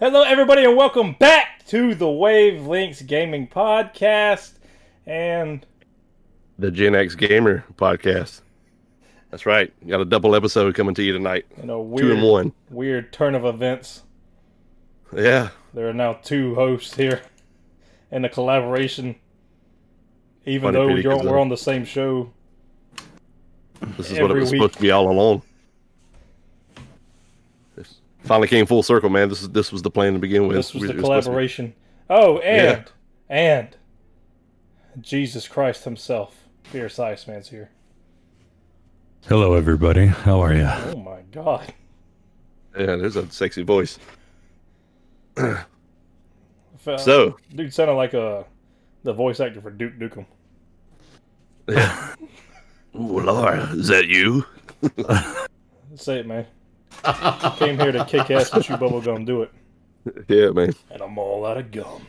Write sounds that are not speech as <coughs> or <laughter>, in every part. everybody, and welcome back to the Wavelengths Gaming Podcast. And The Gen X Gamer podcast. That's right. Got a double episode coming to you tonight. in a Two and weird, one. weird turn of events, Yeah. there are now two hosts here, and a collaboration. Even Funny though pity, you're, 'cause, uh, we're on the same show, This is what it Every was week. supposed to be all along. This finally came full circle, man. This is this was the plan to begin with. this was We- the it supposed to be- collaboration. Oh, and Yeah. and Jesus Christ Himself, Fierce Iceman's here. Hello, everybody. How are you? Oh my God! Yeah, there's a sexy voice. Fe- So dude sounded like a the voice actor for Duke Nukem. Ooh, Laura, is that you? Say it, <laughs> man. Came here to kick ass and chew bubble gum. Do it. Yeah, man. And I'm all out of gum.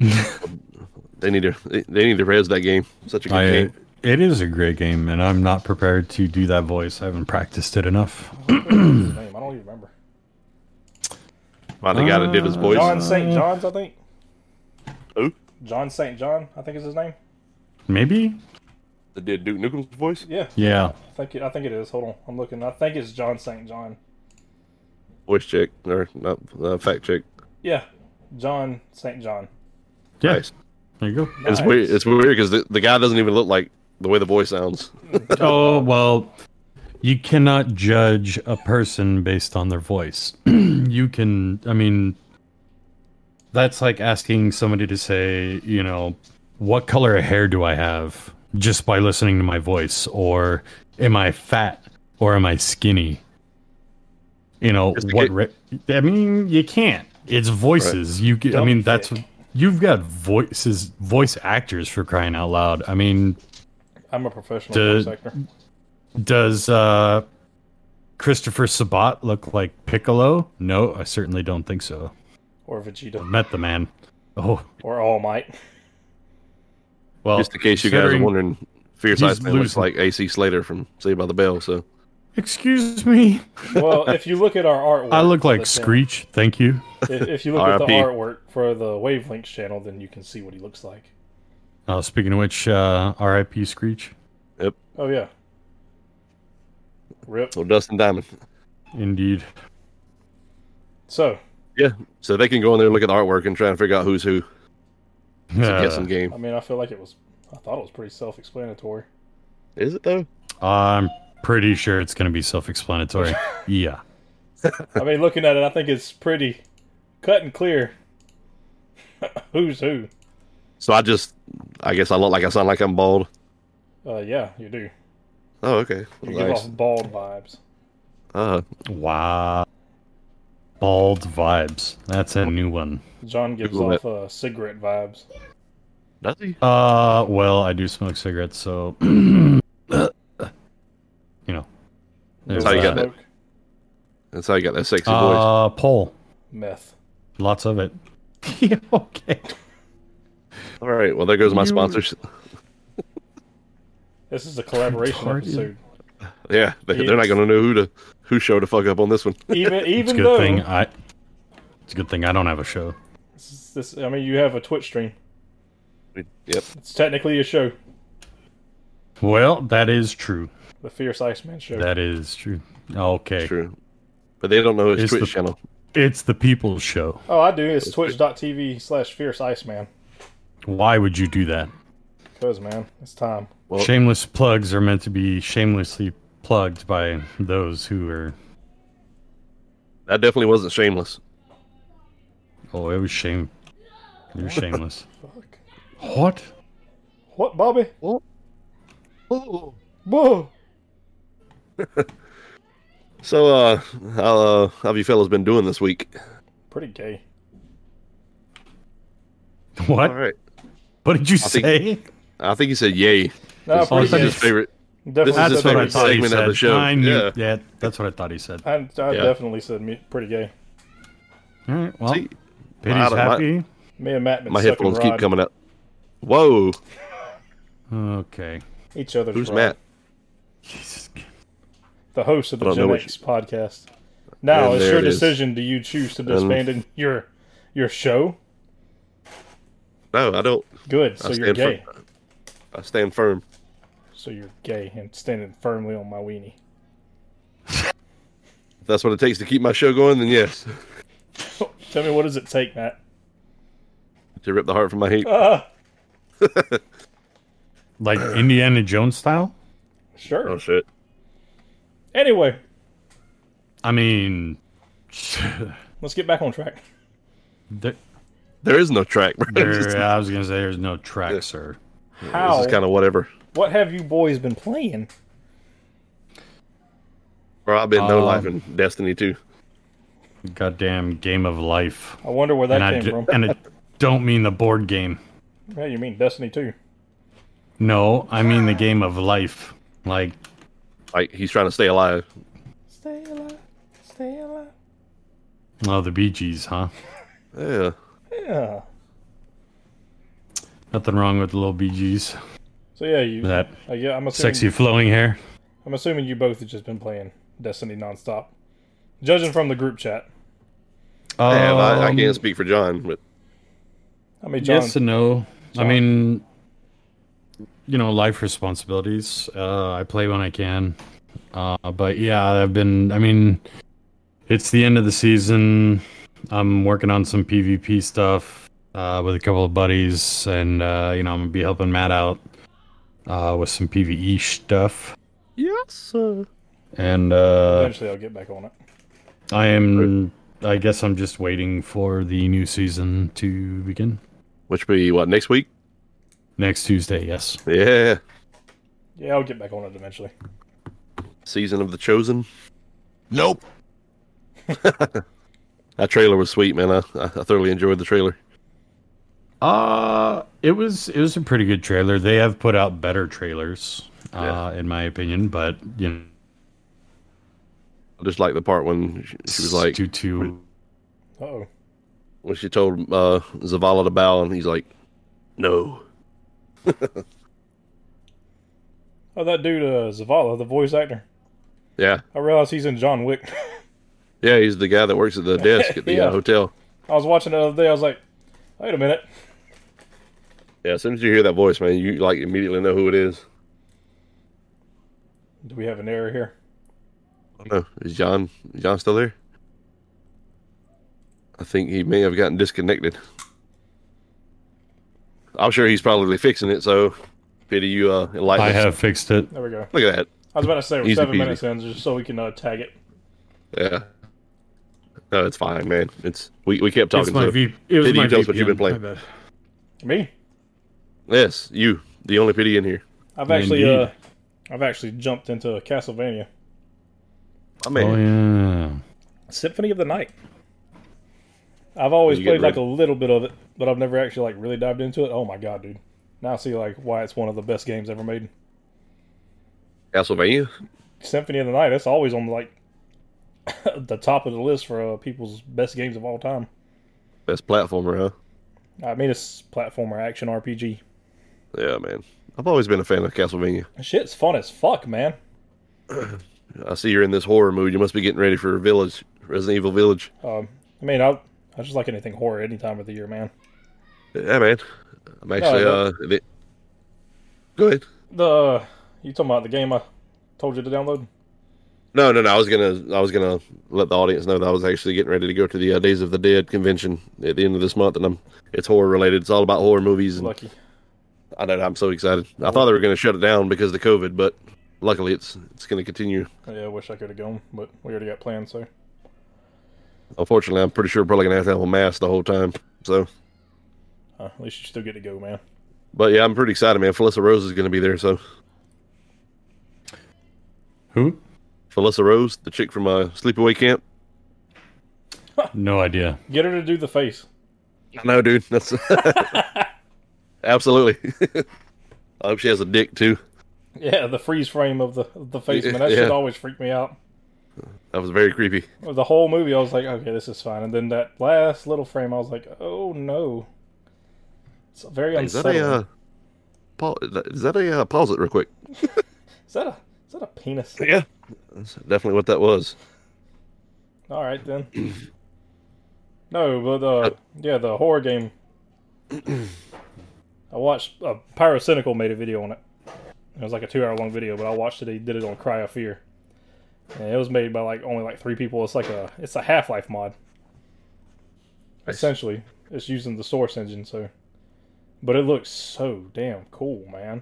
They need to they, they need to res that game. Such a good I, game. it is a great game, and I'm not prepared to do that voice. I haven't practiced it enough. His name, I don't even remember. Finally got it did his voice. Uh, John uh, St. John's, I think. Who? John St. John, I think is his name. Maybe? That did Duke Nukem's voice? Yeah, Yeah. I think it, I think it is. Hold on, I'm looking. I think it's John St. John. Voice check. Or not uh, fact check. Yeah, John St. John. Yeah. Nice. There you go. It's Nice. weird. It's weird because the, the guy doesn't even look like the way the voice sounds. <laughs> Oh, well, you cannot judge a person based on their voice. <clears throat> you can, I mean, that's like asking somebody to say, you know, what color of hair do I have just by listening to my voice? Or am I fat or am I skinny? You know, Just to what, get- ra- I mean, you can't. It's voices. You, ca- I Dumb mean, that's, thick. you've got voices, voice actors for crying out loud. I mean, I'm a professional Duh. voice actor. does uh Christopher Sabat look like Piccolo? No, I certainly don't think so. Or Vegeta. Met the man. Oh, Or All Might. well. Just in case you guys are Oh, considering- wondering, Fierce he's Iceman looks losing. like AC Slater from Saved by the Bell. So Excuse me. Well, if you look at our artwork, I look like that's in- Screech. Thank you. If, if you look at the R.I.P.. artwork for the Wavelengths channel, then you can see what he looks like. Uh, speaking of which, uh, R.I.P. Screech. Oh yeah. Rip. so Dustin Diamond. Indeed. So Yeah. So they can go in there and look at the artwork and try and figure out who's who. It's a guessing Uh, game. I mean, I feel like it was. I thought it was pretty self-explanatory. Is it though? I'm pretty sure it's going to <laughs> be self-explanatory. yeah. I mean, looking at it, I think it's pretty cut and clear. <laughs> Who's who? So I just, I guess I look like I sound like I'm bald. Uh, yeah, you do. Oh, okay. You give nice. off bald vibes. Uh, Wow. Bald vibes. That's a new one. John gives Google off uh, cigarette vibes. does he? Uh, well, I do smoke cigaretes, so <clears throat> you know. That's how you got that. Smoke, That's how you got that sexy voice. Uh, pole, Meth. lots of it. yeah, okay. All right. Well, there goes my you- sponsors. <laughs> This is a collaboration Retarded. episode. Yeah, they, they're not Yes. gonna know who to who showed the fuck up on this one. Even It's a even good though thing I. It's a good thing I don't have a show. this, is- this, I mean, you have a Twitch stream. Yep. It's technically a show, Well, that is true. the Fierce Iceman show. That is true. Okay, True. But they don't know his It's Twitch the- channel. it's the people's show. oh, I do. It's twitch.tv slash Fierce Iceman. Why would you do that? Cause man, it's time. Well- Shameless plugs are meant to be shamelessly plugged by those who are. That definitely wasn't shameless. Oh, it was shame. <laughs> You're shameless. Fuck. what? What, Bobby? Oh. Whoa. So, uh, how, uh, how have you fellas been doing this week? Pretty gay. What? All right. What did you think- say? I think he said yay. No, Oh, pretty is that gay. His favorite. Definitely This is That's the said what I favorite thought he segment of said. the show. I knew- Yeah. yeah. that's what I thought he said. I, I Yeah. definitely said me, pretty gay. All right, well, See, I Pity's don't- my- happy. Me and Matt been my sucking headphones keep rod- coming up. Whoa, Okay. Each other's who's rod. Matt? Jesus. The host of I the don't know Gen what X podcast. Now And it's there your it is. decision. Do you choose to disband in your your show? No, I don't. Good. I So you're fir- gay. I stand firm. So you're gay and standing firmly on my weenie. <laughs> If that's what it takes to keep my show going, then yes. Tell me, what does it take, Matt? to rip the heart from my heat. <laughs> Uh, Like Indiana Jones style? sure. Oh shit. Anyway, I mean, <laughs> let's get back on track. there, There is no track. bro. It's just- <laughs> there- I was going to say there's no track, sir. This How? is kind of whatever. What have you boys been playing? Bro, I've been no Um, life in Destiny too. Goddamn game of life. I wonder where that and, I came d- from. and I don't mean the board game. Yeah, you mean Destiny 2. No, I mean the game of life. Like, Like he's trying to stay alive. Stay alive. Stay alive. oh, the Bee Gees, huh? Yeah. Yeah. Nothing wrong with the little Bee Gees. So yeah, you. That Uh, yeah, I'm assuming. sexy flowing hair. I'm assuming you both have just been playing Destiny nonstop, judging from the group chat. I have. I, I Um, can't speak for John, but I mean, John. Yes and no. John. I mean, you know, life responsibilities. Uh, I play when I can. Uh, but yeah, I've been, I mean, it's the end of the season. I'm working on some PvP stuff uh, with a couple of buddies, and, uh, you know, I'm going to be helping Matt out uh, with some PvE stuff. yes, sir. And uh, Eventually, I'll get back on it. I am, I guess I'm just waiting for the new season to begin. Which will be what next week? Next Tuesday, yes. Yeah. Yeah, I'll get back on it eventually. Season of the Chosen. Nope. <laughs> that trailer was sweet, man. I, I thoroughly enjoyed the trailer. Uh it was it was a pretty good trailer. They have put out better trailers, Yeah. uh, in my opinion, but you know I just like the part when she, she was like, due to Uh oh. when she told uh, Zavala to bow, and he's like, "No." Oh, that dude, uh, Zavala, the voice actor. Yeah, I realize he's in John Wick. <laughs> yeah. He's the guy that works at the desk at the Yeah. uh, hotel. I was watching the other day. I was like, wait a minute. Yeah. As soon as you hear that voice, man, you like immediately know who it is. Do we have an error here? I don't know. Oh, Is John is John still there? I think he may have gotten disconnected. I'm sure he's probably fixing it. So, pity you uh, enlighten I us. have fixed it. There we go. Look at that. I was about to say we're Easy seven peasy. minutes in, just so we can uh, tag it. Yeah. No, it's fine, man. It's we, we kept talking. It's my so- v, it was Did you my tell us what you've been VPN, my playing? bad. Me? yes, you, the only pity in here. I've actually, Indeed. uh, I've actually jumped into Castlevania My Oh man. yeah. Symphony of the Night. I've always You get played like rid- a little bit of it, but I've never actually like really dived into it. Oh my god, dude! Now I see like why it's one of the best games ever made. Castlevania. Symphony of the Night. That's always on like <laughs> the top of the list for uh, people's best games of all time. Best platformer, huh? I mean, it's platformer action RPG. Yeah, man. I've always been a fan of Castlevania. Shit's fun as fuck, man. I see you're in this horror mood. You must be getting ready for Village, Resident Evil Village. Um, I mean, I I just like anything horror any time of the year, man. Yeah, man. I'm actually. No, uh, the- Go ahead. The uh, you talking about the game I told you to download? No, no, no. I was gonna, I was gonna let the audience know that I was actually getting ready to go to the uh, Days of the Dead convention at the end of this month, and I'm. It's horror related. It's all about horror movies, and Lucky. I know I'm so excited. I thought they were gonna shut it down because of the COVID, but luckily it's it's gonna continue. Yeah, I wish I could have gone, but we already got plans, so. Unfortunately, I'm pretty sure we're probably gonna have to have a mask the whole time. So, Uh, at least you still get to go, man. but yeah, I'm pretty excited, man. Felissa Rose is gonna be there, so Who? Felissa Rose, the chick from uh, Sleepaway Camp. No idea. Get her to do the face. I know, dude. <laughs> That's absolutely. <laughs> I hope she has a dick too. Yeah, the freeze frame of the the face, man. That Yeah. shit always freaked me out. That was very creepy. The whole movie, I was like, okay, this is fine. And then that last little frame, I was like, oh no. It's very Is that unsettling. a uh, pa- is that a uh, pause it real quick? is that a is that a penis? Yeah, that's definitely what that was. All right then. <clears throat> No, but uh, yeah, the horror game. <clears throat> I watched uh, Pyrocynical made a video on it. It was like a two-hour-long video, but I watched it. He did it on Cry of Fear, and it was made by like only like three people. It's like a it's a Half-Life mod. Nice. Essentially, it's using the Source engine, so. But it looks so damn cool, man.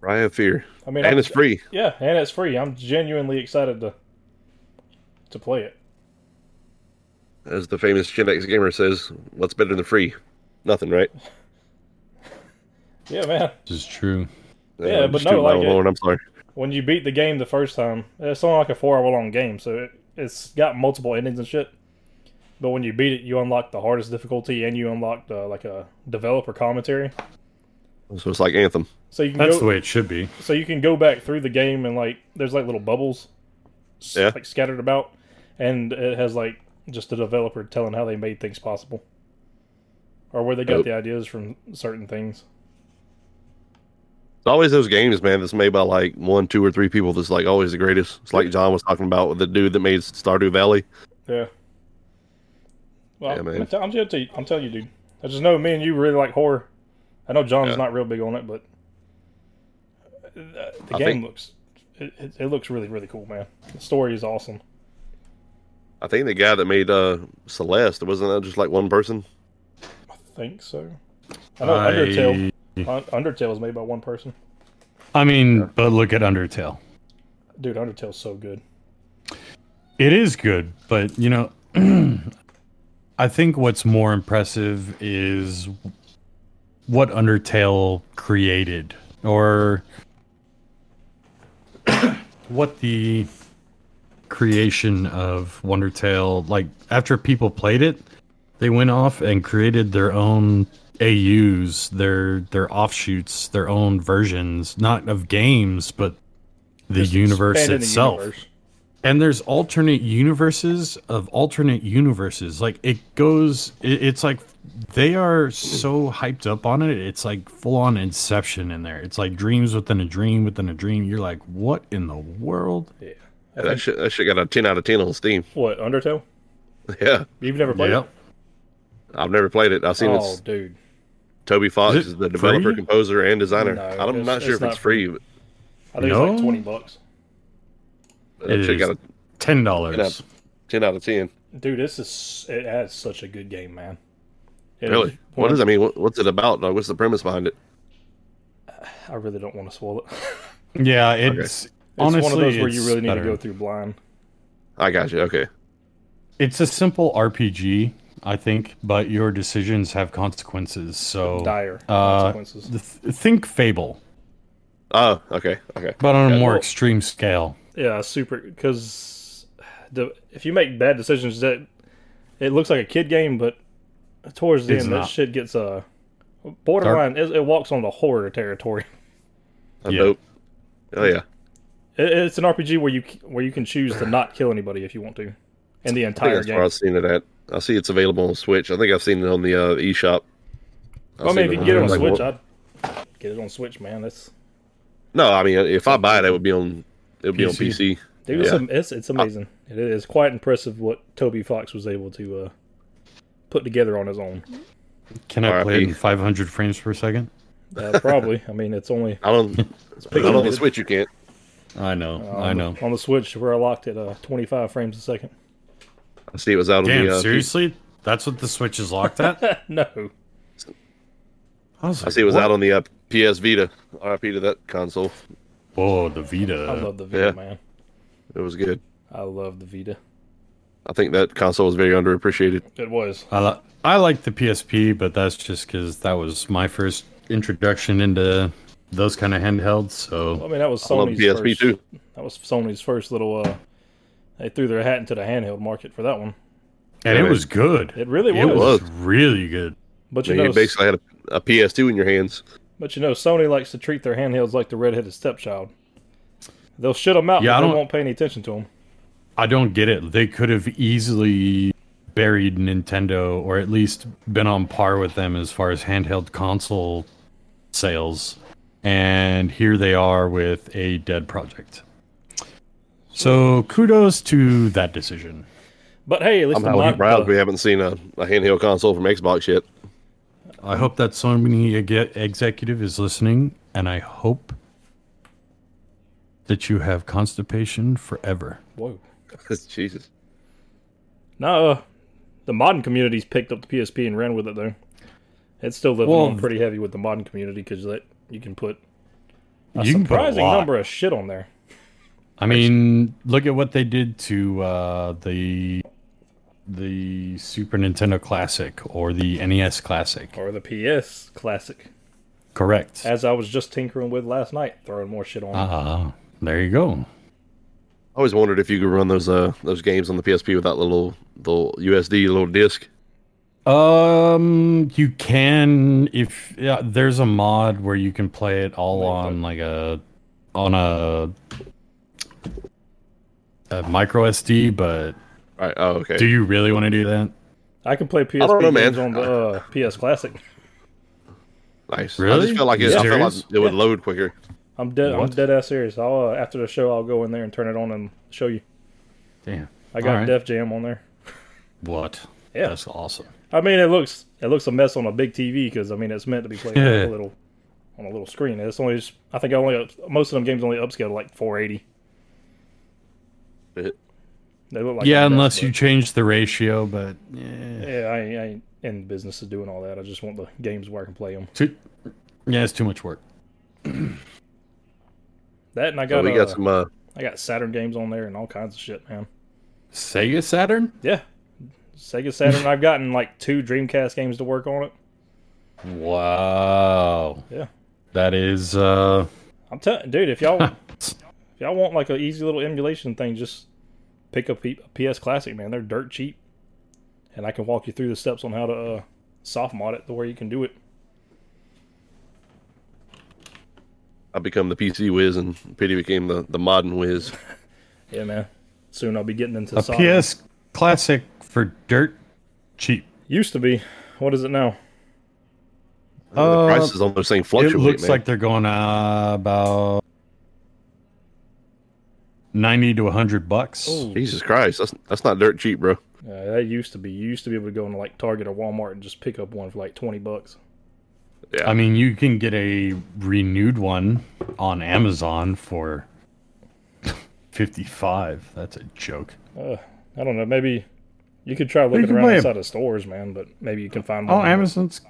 Cry of Fear. I mean, and I'm- it's free. yeah, and it's free. I'm genuinely excited to to play it. As the famous Shindex Gamer says, what's better than free? Nothing, right? Yeah, man. Which is true. Yeah, I'm but Uh, just no, tooting my like own it- horn, I'm sorry. when you beat the game the first time, it's only like a four hour long game, so it, it's got multiple endings and shit. But when you beat it, you unlock the hardest difficulty and you unlock the, like a developer commentary, So it's like Anthem. so you can That's go, the way it should be. so you can go back through the game and like there's like little bubbles, s- Yeah. like scattered about, and it has like just the developer telling how they made things possible, or where they got Dope. the ideas from certain things. It's always those games, man, that's made by like one, two, or three people that's like always the greatest. It's like John was talking about with the dude that made Stardew Valley. Yeah. Well, Yeah, I'm, man. I'm, tell- I'm, tell you, I'm telling you, dude. I just know me and you really like horror. I know John's Yeah. not real big on it, but the, the I game think- looks it, it, it looks really really cool, man. The story is awesome. I think the guy that made uh, Celeste, wasn't that just like one person? I think so. I know Undertale. Un- Undertale is made by one person. I mean, but look at Undertale. Dude, Undertale's so good. It is good, but you know, <clears throat> I think what's more impressive is what Undertale created or <coughs> what the creation of Wondertale like after people played it, they went off and created their own AUs, their their offshoots, their own versions, not of games, but the Just universe expanding the itself. universe. And there's alternate universes of alternate universes. Like it goes, it, it's like they are so hyped up on it. It's like full on inception in there. It's like dreams within a dream within a dream. You're like, what in the world? Yeah. Yeah, that, shit, that shit got a 10 out of 10 on Steam. <laughs> What Undertale? Yeah. You've never played Yep. I've never played it. I've it? seen Oh, it's dude. Toby Fox Is is, it the developer, free? composer, and designer. No, I'm it's- not sure it's if not it's free, but I think it's like No? twenty bucks. that It shit is got a ten 10 out, dollars. 10 out of 10. Dude, this is it has such a good game, man. It is Really? one What of is? I mean, what, what's it about? Like, what's the premise behind it? I really don't want to swallow it. <laughs> It's Yeah, it's honestly one of those where you it's really need better. to go through blind. I got you. Okay. It's a simple RPG, I think, but your decisions have consequences. So Dire uh, consequences. th- think Fable, Oh, okay. Okay. but on a Yeah, more well- extreme scale. yeah, super. Because the if you make bad decisions, that it looks like a kid game, but towards the It's end, that not. shit gets uh, borderline. It, it walks on the horror territory. <laughs> That's Yeah. dope. Oh, yeah. It, it's an RPG where you c- where you can choose to not kill anybody if you want to, in the I think entire that's where game. I've seen it at. I see it's available on Switch. I think I've seen it on the uh, eShop. I've I mean, seen if you can on get it there. on Like, Switch, what- I'd get it on Switch, man. That's No, I mean, if I buy it, it would be on. It would be on PC. PC. Dude, it's, am- it's Uh, it's amazing. It is quite impressive what Toby Fox was able to uh, put together on his own. Can I play it in RIP. 500 frames per second? <laughs> Uh, probably. I mean, it's only I don't. not on the pixelated. Switch. You can't. I know, uh, Oh, I know. on the Switch we're locked at uh, 25 frames a second. <laughs> I see it was out on Damn, the. Uh, seriously? That's what the Switch is <laughs> locked at? no, I, was I like, see it was what? out on the uh, PS Vita. RIP to that console. Oh, the I Vita. love the Vita, yeah. man. It was good. I love the Vita. I think that console was very underappreciated. It was. I, li- I like the PSP, but that's just because that was my first introduction into those kind of handhelds. I So mean, that was I love Sony's PSP first, too. That was Sony's first little. Uh, they threw their hat into the handheld market for that one. and it was good. It really It was. was was. really good. But I you mean, know, you basically had a, a PS2 in your hands. but you know, Sony likes to treat their handhelds like the redheaded stepchild. They'll shit them out, Yeah, but I they don't- won't pay any attention to them. I don't get it. They could have easily buried Nintendo or at least been on par with them as far as handheld console sales. And here they are with a dead project. So kudos to that decision. But hey, uh, at least I'm I'm how not. proud we the- haven't seen a, a handheld console from Xbox yet. <laughs> I hope that Sony exe- executive is listening, and I hope that you have constipation forever. Whoa. Jesus. No, uh, the modern community's picked up the PSP and ran with it though. It's still living Well- on pretty heavy with the modern community because that you can put a You can put a surprising lot. number of shit on there. I mean, look at what they did to uh, the the Super Nintendo Classic or the NES Classic. Or the PS Classic, Correct. as I was just tinkering with last night, throwing more shit on. Ah, there you go. I always wondered if you could run those uh those games on the PSP without the little the USD little disc. Um, you can if yeah, there's a mod where you can play it all on like a on a, a micro SD, but Right. Oh, okay. do you really want to do that? I can play don't PSP know, man. games on the uh, PS Classic. nice. I Really? just felt like it. You I felt like serious? it would load quicker. I'm dead. I'm What? dead ass serious. I'll uh, after the show, I'll go in there and turn it on and show you. Damn. I got Alright. Def Jam on there. What? Yeah. That's awesome. I mean, it looks it looks a mess on a big TV because I mean it's meant to be played on Yeah. a little on a little screen. It's only I think I only up- most of them games only upscale to like 480. It- They look like yeah, a mess, unless but- you change the ratio, but eh. Yeah, I ain't, I ain't in business of doing all that. I just want the games where I can play them. Too, yeah, it's too much work. That and I So got, we uh, got some. Uh, I got Saturn games on there and all kinds of shit, man. Sega Saturn? Yeah, Sega <laughs> Saturn. I've gotten like two Dreamcast games to work on it. Wow. Yeah. That is uh I'm telling, dude, if y'all <laughs> if y'all want like an easy little emulation thing, just pick up P- PS Classic, man. They're dirt cheap, and I can walk you through the steps on how to uh, soft mod it the way you can do it. I become the PC whiz, and Pity became the the modern whiz. Yeah, man. Soon I'll be getting into a soft. PS classic for dirt cheap. Used to be. What is it now? the Uh, prices on those things fluctuate. it looks man. like they're going uh, about 90 to 100 bucks. Jesus Christ, that's that's not dirt cheap, bro. Yeah, Uh, that used to be. You used to be able to go into like Target or Walmart and just pick up one for like twenty bucks. Yeah. I mean, you can get a renewed one on Amazon for 55. That's a joke. Uh, I don't know. Maybe you could try looking can around buy 'em. outside of stores, man. But maybe you can find one. Oh, Amazon's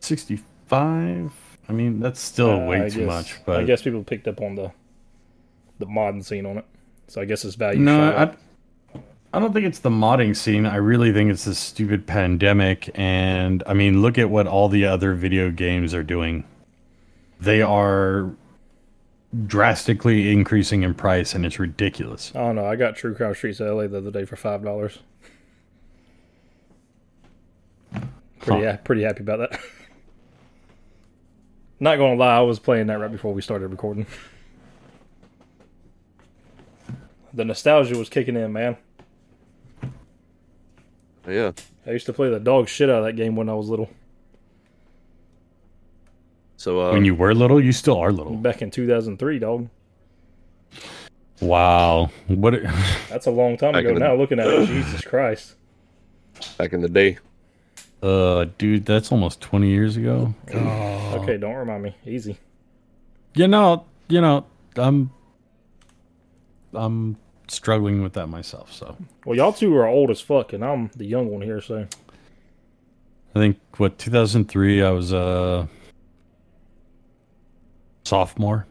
65. I mean, that's still Uh, way I too guess- much, but I guess people picked up on the the modern scene on it, so I guess it's value. No, shot up. I, I don't think it's the modding scene. I really think it's this stupid pandemic. And I mean, look at what all the other video games are doing. They are drastically increasing in price, and it's ridiculous. I don't know. I got True Crime Streets of LA the other day for five dollars. Pretty, Huh. ha- pretty happy about that. <laughs> Not gonna lie, I was playing that right before we started recording. the nostalgia was kicking in, man. yeah. I used to play the dog shit out of that game when I was little. So uh, When you were little, you still are little. Back in 2003, dog. Wow. What? a- That's a long time Back ago in the- now, looking at it. Jesus Christ. back in the day, <laughs> Uh, dude, that's almost 20 years ago. Okay, don't remind me. Easy. You know, you know, I'm, I'm struggling with that myself. So Well, y'all two are old as fuck, and I'm the young one here, so I think what 2003 I was a sophomore.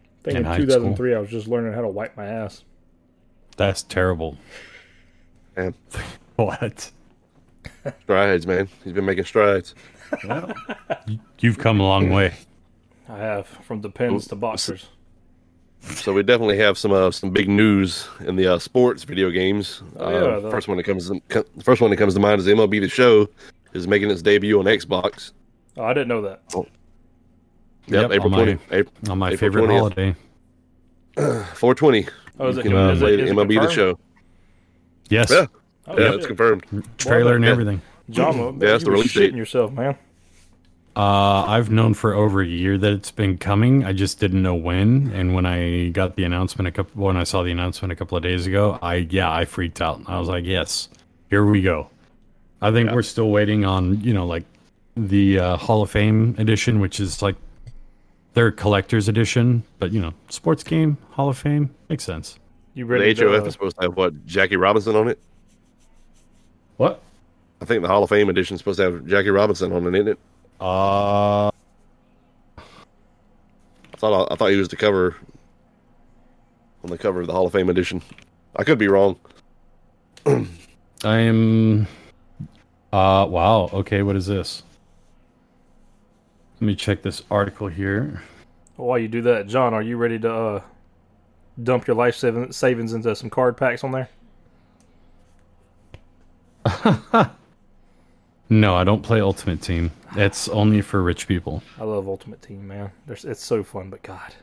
I think In in, high 2003 I was just learning how to wipe my ass. That's terrible. man, <laughs> What? strides, man. He's been making strides. You- You've come a long way. I have from the pins to boxers. So we definitely have some uh, some big news in the uh, sports video games. Oh, uh, yeah, the- First one that comes to, co- the first one that comes to mind is MLB The Show is making its debut on Xbox. Oh, I didn't know that. Yep, April on my, 20, April on my April favorite 20th. holiday. 420. Oh, is you it, can is uh, it- play is it MLB The confirmed? Show. Yes, Yeah, Oh, yeah, shit. it's confirmed. trailer and Yeah. everything. John, Yeah, that's you the were release shitting date. yourself, man. Uh, I've known for over a year that it's been coming. I just didn't know when. And when I got the announcement a couple, when I saw the announcement a couple of days ago, I yeah, I freaked out. I was like, yes, here we go. I think Yeah. we're still waiting on you know like the uh, Hall of Fame edition, which is like their collector's edition. But you know, sports game Hall of Fame makes sense. You The ready? to, HOF uh, is supposed to have what Jackie Robinson on it. What? I think the Hall of Fame edition is supposed to have Jackie Robinson on it, isn't it? Uh, I thought I, thought he was the cover on the cover of the Hall of Fame edition. I could be wrong. I'm. Uh, wow. Okay, what is this? Let me check this article here. While you do that, John, are you ready to uh, dump your life savin- savings into some card packs on there? No, I don't play Ultimate Team. It's only for rich people. I love Ultimate Team, man. There's, it's so fun, but God,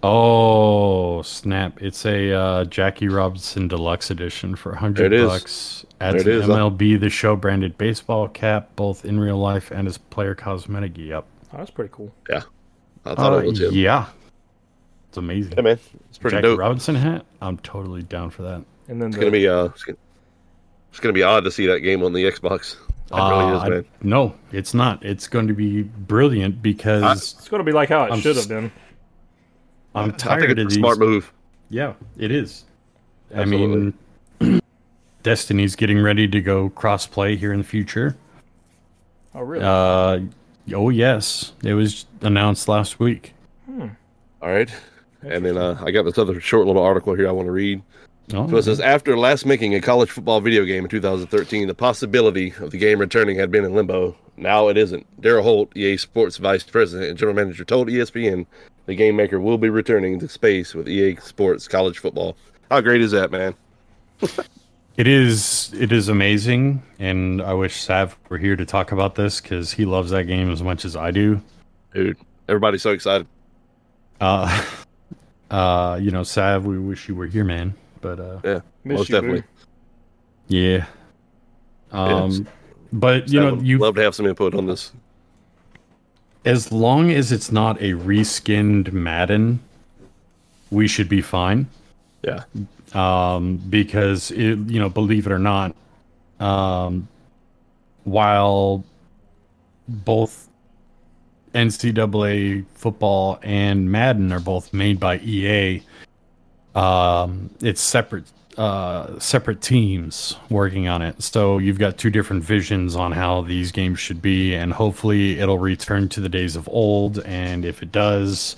Oh snap! It's a uh, Jackie Robinson Deluxe Edition for hundred There it is. bucks. Adds There it an is. MLB The Show branded baseball cap, both in real life and as player cosmetic. Yep. oh, that's pretty cool. I thought Uh, it was him. Yeah, yeah, it's amazing. man, it's pretty Jackie dope. Robinson hat. I'm totally down for that. And then It's the, gonna be uh, it's gonna, it's gonna be odd to see that game on the Xbox. It really Uh, is, I- man. no, it's not. It's going to be brilliant because it's gonna be like how it I'm should s- have been. I, I am think tired it's of a these. smart move. Yeah, it is. I Absolutely. mean, <clears throat> Destiny's getting ready to go cross-play here in the future. Oh, really? Uh, oh yes, it was announced last week. All right. And then uh, I got this other short little article here I want to read. So Oh, it says After last making a college football video game in 2013, the possibility of the game returning had been in limbo. Now it isn't. Daryl Holt, EA Sports Vice President and General Manager, told E ESPN the game maker will be returning to space with EA Sports College Football. How great is that, man? it is. It is amazing, and I wish Sav were here to talk about this because he loves that game as much as I do. Dude, everybody's so excited. Uh, <laughs> uh, you know, Sav, we wish you were here, man. But uh, Miss most you, boo. definitely. Yeah. Um, Yes. but you I know, would you love to have some input on this. as long as it's not a reskinned Madden, we should be fine. Yeah. Um, because it, you know, believe it or not, um, while both NCAA football and Madden are both made by EA, um, it's separate uh, separate teams working on it. So you've got two different visions on how these games should be, and hopefully it'll return to the days of old. And if it does,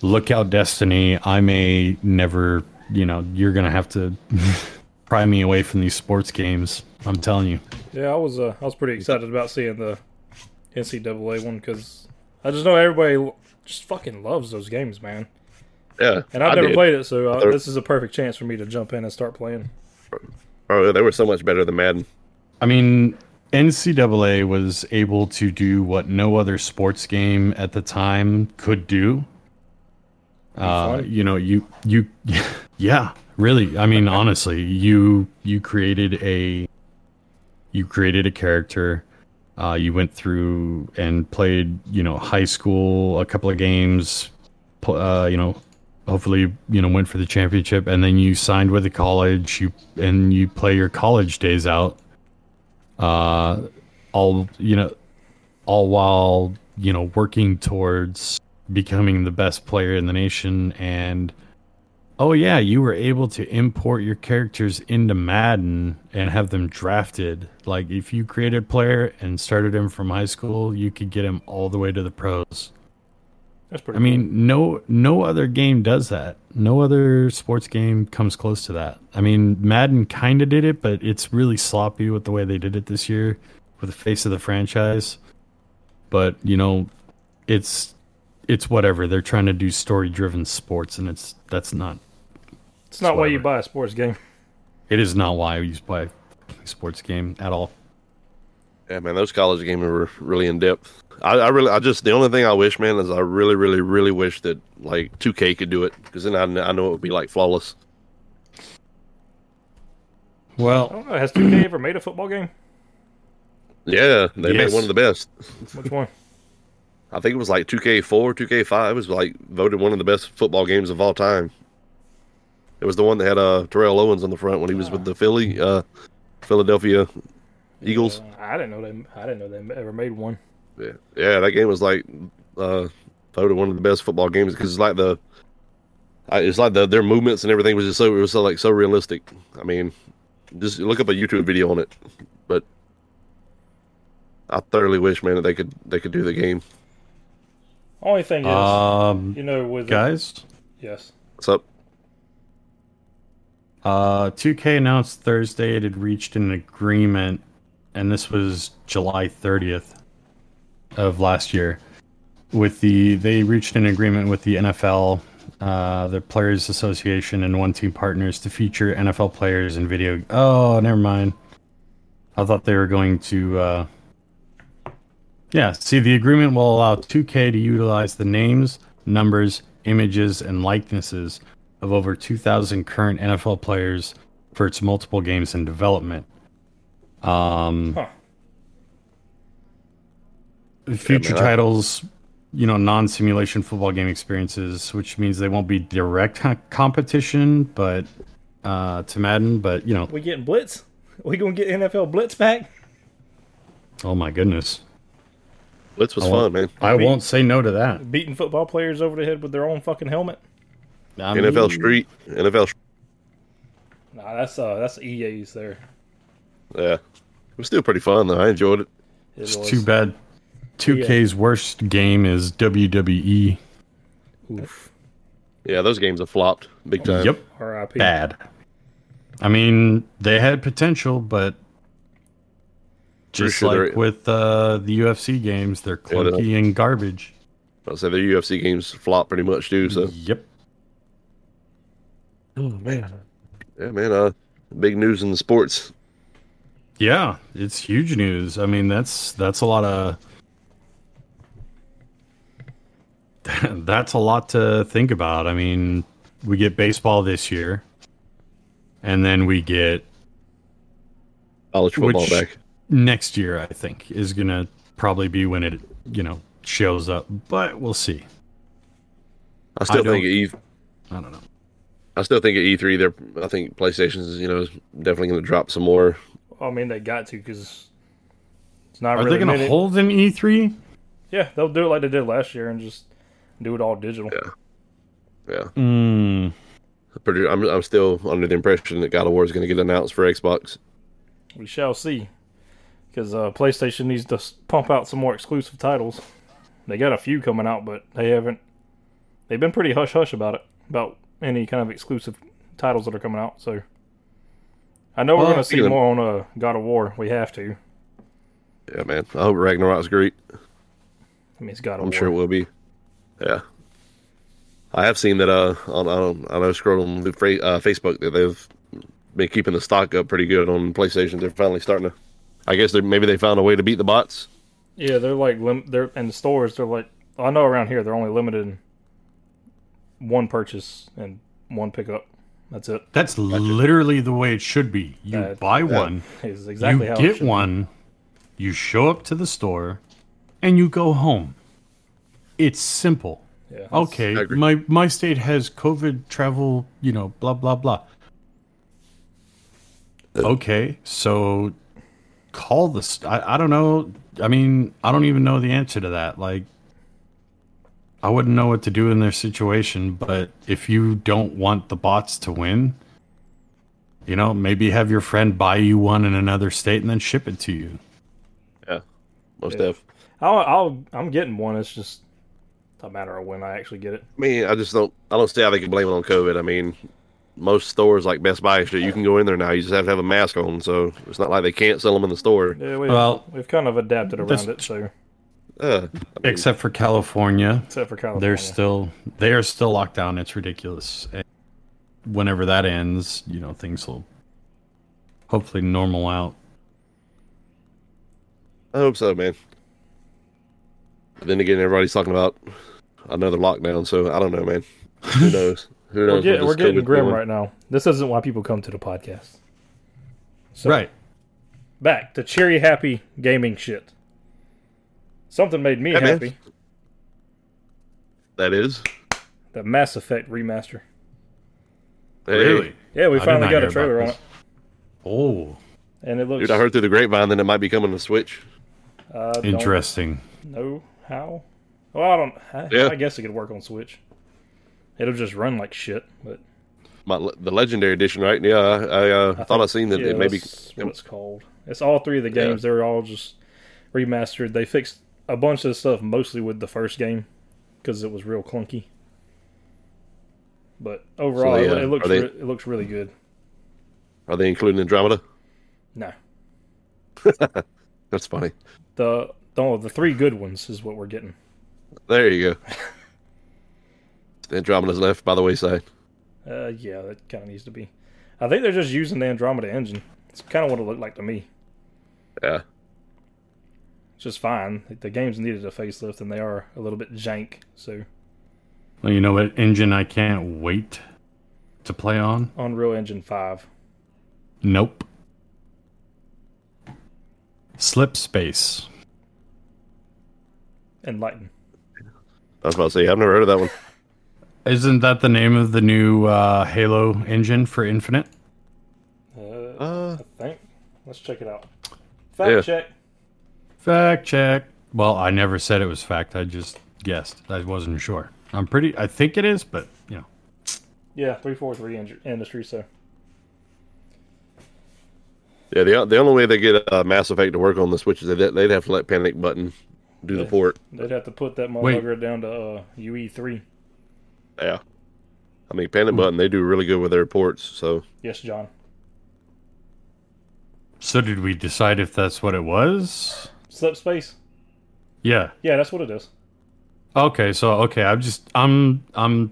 look out, Destiny. I may never, you know, you're gonna have to <laughs> pry me away from these sports games. I'm telling you. Yeah, I was uh, I was pretty excited about seeing the NCAA one because I just know everybody l- just fucking loves those games, man. Yeah. And I've I never did. played it, so uh, thought- this is a perfect chance for me to jump in and start playing. Oh, they were so much better than Madden. I mean, NCAA was able to do what no other sports game at the time could do. Uh, fun. you know, you you, <laughs> yeah, really. I mean, <laughs> honestly, you you created a you created a character. Uh, you went through and played, you know, high school, a couple of games, pl- uh, you know, hopefully you know went for the championship and then you signed with a college you and you play your college days out uh all you know all while you know working towards becoming the best player in the nation and oh yeah you were able to import your characters into madden and have them drafted like if you created a player and started him from high school you could get him all the way to the pros That's pretty. I mean, no, no other game does that. No other sports game comes close to that. I mean, Madden kind of did it, but it's really sloppy with the way they did it this year, with the face of the franchise. But you know, it's it's whatever. They're trying to do story-driven sports, and it's that's not. cool. it's not why you whatever. buy a sports game. It is not why we play a sports game at all. Yeah, man, those college games were really in depth. I, I really, I just the only thing I wish, man, is I really, really, really wish that like 2K could do it because then I, kn- I know it would be like flawless. I Well, don't know. Has 2K ever made a football game? Yeah, they Yes. made one of the best. Which <laughs> one? I think it was like 2K4, 2K5. It was like voted one of the best football games of all time. It was the one that had uh, Terrell Owens on the front when he was with the Philly, uh, Philadelphia Eagles. Uh, I didn't know they. I didn't know they ever made one. Yeah, yeah, that game was like uh, voted one of the best football games because it's like the, I, it's like the their movements and everything was just so it was so like so realistic. I mean, just look up a YouTube video on it. But I thoroughly wish, man, that they could they could do the game. Only thing is, Um, you know, with guys, yes, What's up? uh, 2K announced Thursday it had reached an agreement, and this was July 30th of last year. With the they reached an agreement with the NFL, uh, the Players Association, and One Team Partners to feature NFL players in video. Oh, never mind. I thought they were going to. Uh, yeah, see, the agreement will allow 2K to utilize the names, numbers, images, and likenesses of over 2,000 current NFL players for its multiple games in development. Um, Huh. Future man, I- titles, you know, non simulation football game experiences, which means they won't be direct <laughs> co- competition, but uh, to Madden, but you know, we getting blitz. <laughs> We gonna get NFL blitz back. oh my goodness. Blitz was I fun, won't- man. I won't say no to that. Beating football players over the head with their own fucking helmet. I mean- NFL Street, NFL. Street, Nah, that's uh, that's EA's there. Yeah, it was still pretty fun though. I enjoyed it. It It's was. too bad. 2K's worst game is E. WWE. Oof. Yeah, those games have flopped big time. Yep, R.I.P. bad. I mean, they had potential, but just sure they're- like with uh, the UFC games, they're Yeah, they're- clunky and garbage. I say their UFC games flop pretty much too. So Yep. oh man, yeah, man. Uh, big news in the sports. Yeah, it's huge news. I mean, that's that's a lot of <laughs> that's a lot to think about. I mean, we get baseball this year, and then we get College football Which- back. next year. I think is gonna probably be when it you know shows up, but we'll see. I still don't- think at E. I don't know. I still think at E three, they're. I think PlayStation's. You know, is definitely going to drop some more. I mean, they got to because it's not Are really. they gonna minute- hold E an E3? Yeah, they'll do it like they did last year and just do it all digital. Yeah. Yeah, Hmm. Mm, pretty, I'm. I'm still under the impression that God of War is going to get announced for Xbox. We shall see. Because uh, PlayStation needs to s- pump out some more exclusive titles. They got a few coming out, but they haven't. They've been pretty hush hush about it, about any kind of exclusive titles that are coming out. So I know we're Well, going to see speaking of- more on uh, God of War. We have to. Yeah, man. I hope Ragnarok's great. I mean, it's God of I'm War. sure it will be. Yeah. I have seen that uh on on I know scrolling through fra- uh, Facebook that they've been keeping the stock up pretty good on PlayStation. They're finally starting to. I guess they maybe they found a way to beat the bots. Yeah, they're like lim- they're in the stores. They're like I know around here they're only limited in one purchase and one pickup. That's it. <laughs> that's literally the way it should be. You That- buy one, Is exactly you how it get should- one, you show up to the store, and you go home. It's simple. Yeah, that's- Okay, I agree. my my state has COVID travel, you know, blah blah blah. Uh, Okay, so call the. St- I, I don't know. I mean, I don't even know the answer to that. Like, I wouldn't know what to do in their situation. But if you don't want the bots to win, you know, maybe have your friend buy you one in another state and then ship it to you. Most Yeah. of. I'll, I'll I'm getting one. It's just a matter of when I actually get it. I mean, I just don't. I don't see how they can blame it on COVID. I mean, most stores like Best Buy, and shit, you can go in there now. You just have to have a mask on, so it's not like they can't sell them in the store. Yeah, we, Well, we've kind of adapted that's- around it. So Uh, Except for California, except for California, they're still they are still locked down. It's ridiculous. And whenever that ends, you know things will hopefully normal out. I hope so, man. But then again, everybody's talking about another lockdown, so I don't know, man. <laughs> Who knows? Who we're, knows? what get, this we're getting COVID's grim doing. right now. This isn't why people come to the podcast. So, right. back to cheery, happy gaming shit. Something made me Yeah, man. happy. That is. The Mass Effect remaster. Hey, Really? Yeah, we I did finally not got a hear about trailer on this. it, Oh, and it looks. Dude, I heard through the grapevine that it might be coming to Switch. I don't interesting. know how. Well, I don't. I, Yeah. I guess it could work on Switch. It'll just run like shit. But My, the Legendary Edition, right? Yeah, I, I, uh, thought I seen that yeah, it may be. that's what it's called. It's all three of the games. They're all just remastered. They fixed a bunch of stuff, mostly with the first game, because it was real clunky. But overall, they, it- uh, it looks are they- re- it looks really good. Are they including Andromeda? No, That's funny. the the, the three good ones is what we're getting. There you go. Andromeda's left by the wayside. Uh, yeah, that kind of needs to be. I think they're just using the Andromeda engine. It's kind of what it looked like to me. Yeah. It's just fine. Like, The games needed a facelift, and they are a little bit jank. So Well, you know what engine I can't wait to play on? Unreal Engine Five. Nope. Slip Space. Enlighten. I was about to say, I've never heard of that one. Isn't that the name of the new uh, Halo engine for Infinite? Uh, Uh, I think. Let's check it out. Fact Yeah. check. Fact check. Well, I never said it was fact. I just guessed. I wasn't sure. I'm pretty. I think it is, but you know. Yeah, three four three industry. So yeah, the, the only way they get uh, Mass Effect to work on the Switch is that they'd have to let Panic Button do the Yeah. port. they'd have to put that Wait. motherfucker down to uh, UE three. Yeah. Hmm. I mean, Panic Button, they do really good with their ports, so. Yes, John. So did we decide if that's what it was? Slip space. Yeah. Yeah, that's what it is. Okay. So okay. I'm just. I'm. I'm.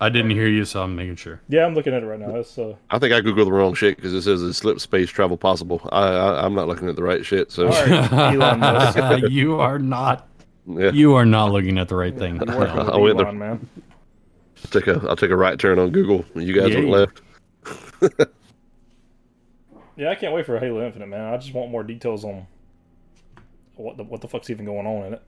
I didn't hear you, so I'm making sure. Yeah, I'm looking at it right now. That's uh. I think I Googled the wrong shit because it says it's slip space travel possible. I, I, I'm not looking at the right shit, so. All right, Elon <laughs> Musk. you are not. Yeah. You are not looking at the right thing. You're working No. with I went there. Elon, man. I'll take a I'll take a right turn on Google. You guys Yeah. went left. Yeah, I can't wait for Halo Infinite, man. I just want more details on what the what the fuck's even going on in it.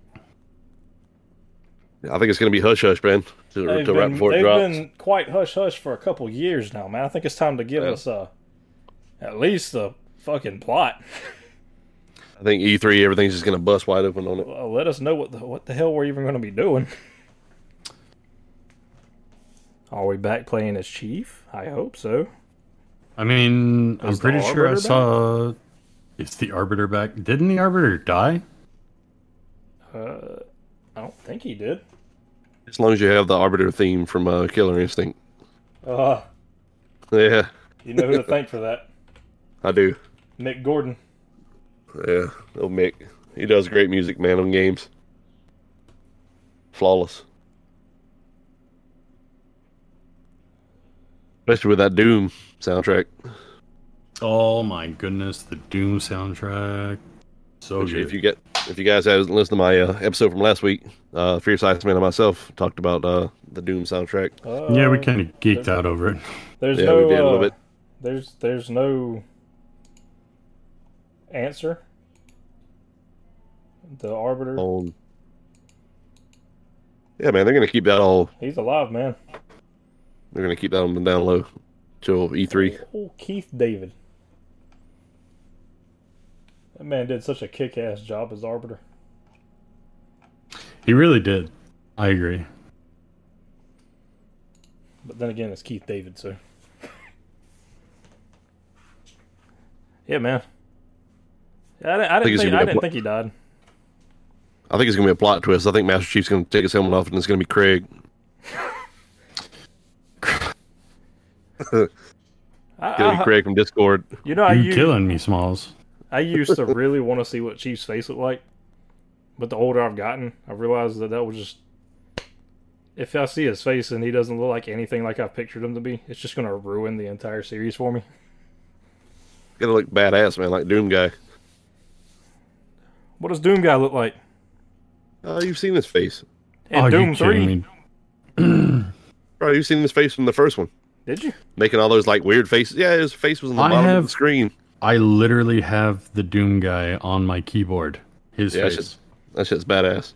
I think it's gonna be hush hush, man. Till, They've, till been, right before it they've drops. been quite hush hush for a couple years now, man. I think it's time to give Yeah. us uh, at least the fucking plot. I think E3 everything's just gonna bust wide open on it. Uh, let us know what the what the hell we're even going to be doing. <laughs> Are we back playing as Chief? I hope so. I mean, I'm Is the pretty sure I Arbiter back? saw. It's the arbiter back. Didn't the arbiter die? Uh, I don't think he did. As long as you have the Arbiter theme from uh, Killer Instinct. Uh, Yeah, you know who to thank for that, I do. Mick Gordon. Yeah, old Mick. He does great music, man, on games. Flawless. Especially with that Doom soundtrack. Oh my goodness, the Doom soundtrack. So Which good. if you get if you guys haven't listened to my uh, episode from last week, uh, Fierce Iceman and myself talked about uh, the Doom soundtrack. Uh, yeah, we kind of geeked out over it. There's yeah, no. we did a uh, little bit. There's there's no answer. The arbiter, On... Yeah, man, they're gonna keep that all. he's alive, man. They're gonna keep that on the down low till E E3. Oh, Keith David. That man did such a kick-ass job as arbiter. He really did. I agree. But then again, it's Keith David, so. yeah, man. I, di- I Think didn't he's think, gonna I be a didn't pl- think he died. I think it's gonna be a plot twist. I think Master Chief's gonna take his helmet off, and it's gonna be Craig. I, Gonna Uh-huh. I- be Craig from Discord. you know, I You're used, killing me, Smalls. I used to really want to see what Chief's face looked like, but the older I've gotten, I realized that that was just. If I see his face and he doesn't look like anything like I've pictured him to be, it's just going to ruin the entire series for me. Gonna look badass, man, like Doom guy. What does Doom guy look like? Oh, you've seen his face, In Are Doom you Oh, kidding 3? me? bro. You've seen his face from the first one, Did you? making all those like weird faces. Yeah, his face was on the I bottom of have- the screen. I literally have the Doom guy on my keyboard. His Yeah, that face. shit's, that shit's badass.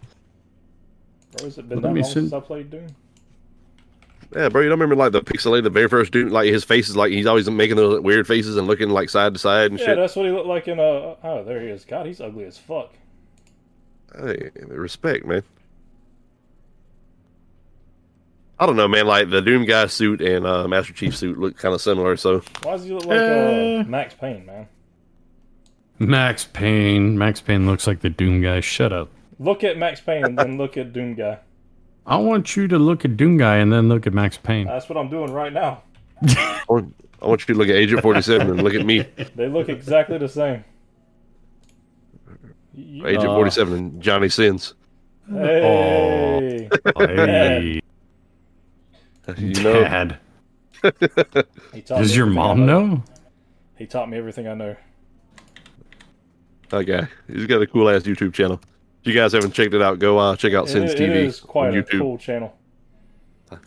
Bro, has it been Let that me long since see. I played Doom? Yeah, bro, you don't remember like the pixelated, the very first dude, like his face is like he's always making those weird faces and looking like side to side and Yeah, shit. that's what he looked like in uh oh there he is. God, he's ugly as fuck. Hey, respect, man. I don't know, man. Like the Doom guy suit and uh, Master Chief suit look kind of similar, so Why does he look like Eh. uh, Max Payne, man? Max Payne. Max Payne looks like the Doom guy. Shut up. Look at Max Payne and then look at Doom Guy. I want you to look at Doom guy and then look at Max Payne. That's what I'm doing right now. I want, I want you to look at Agent Forty Seven and look <laughs> at me, They look exactly the same. You- Agent Uh. Forty Seven and Johnny Sins. <laughs> hey, Oh. Hey, You know, Dad. He taught Does me your everything I mom know? He taught me everything I know. that guy. He's got a cool ass YouTube channel. If you guys haven't checked it out, go uh, check out It, Sins it TV is quite on a YouTube. cool channel.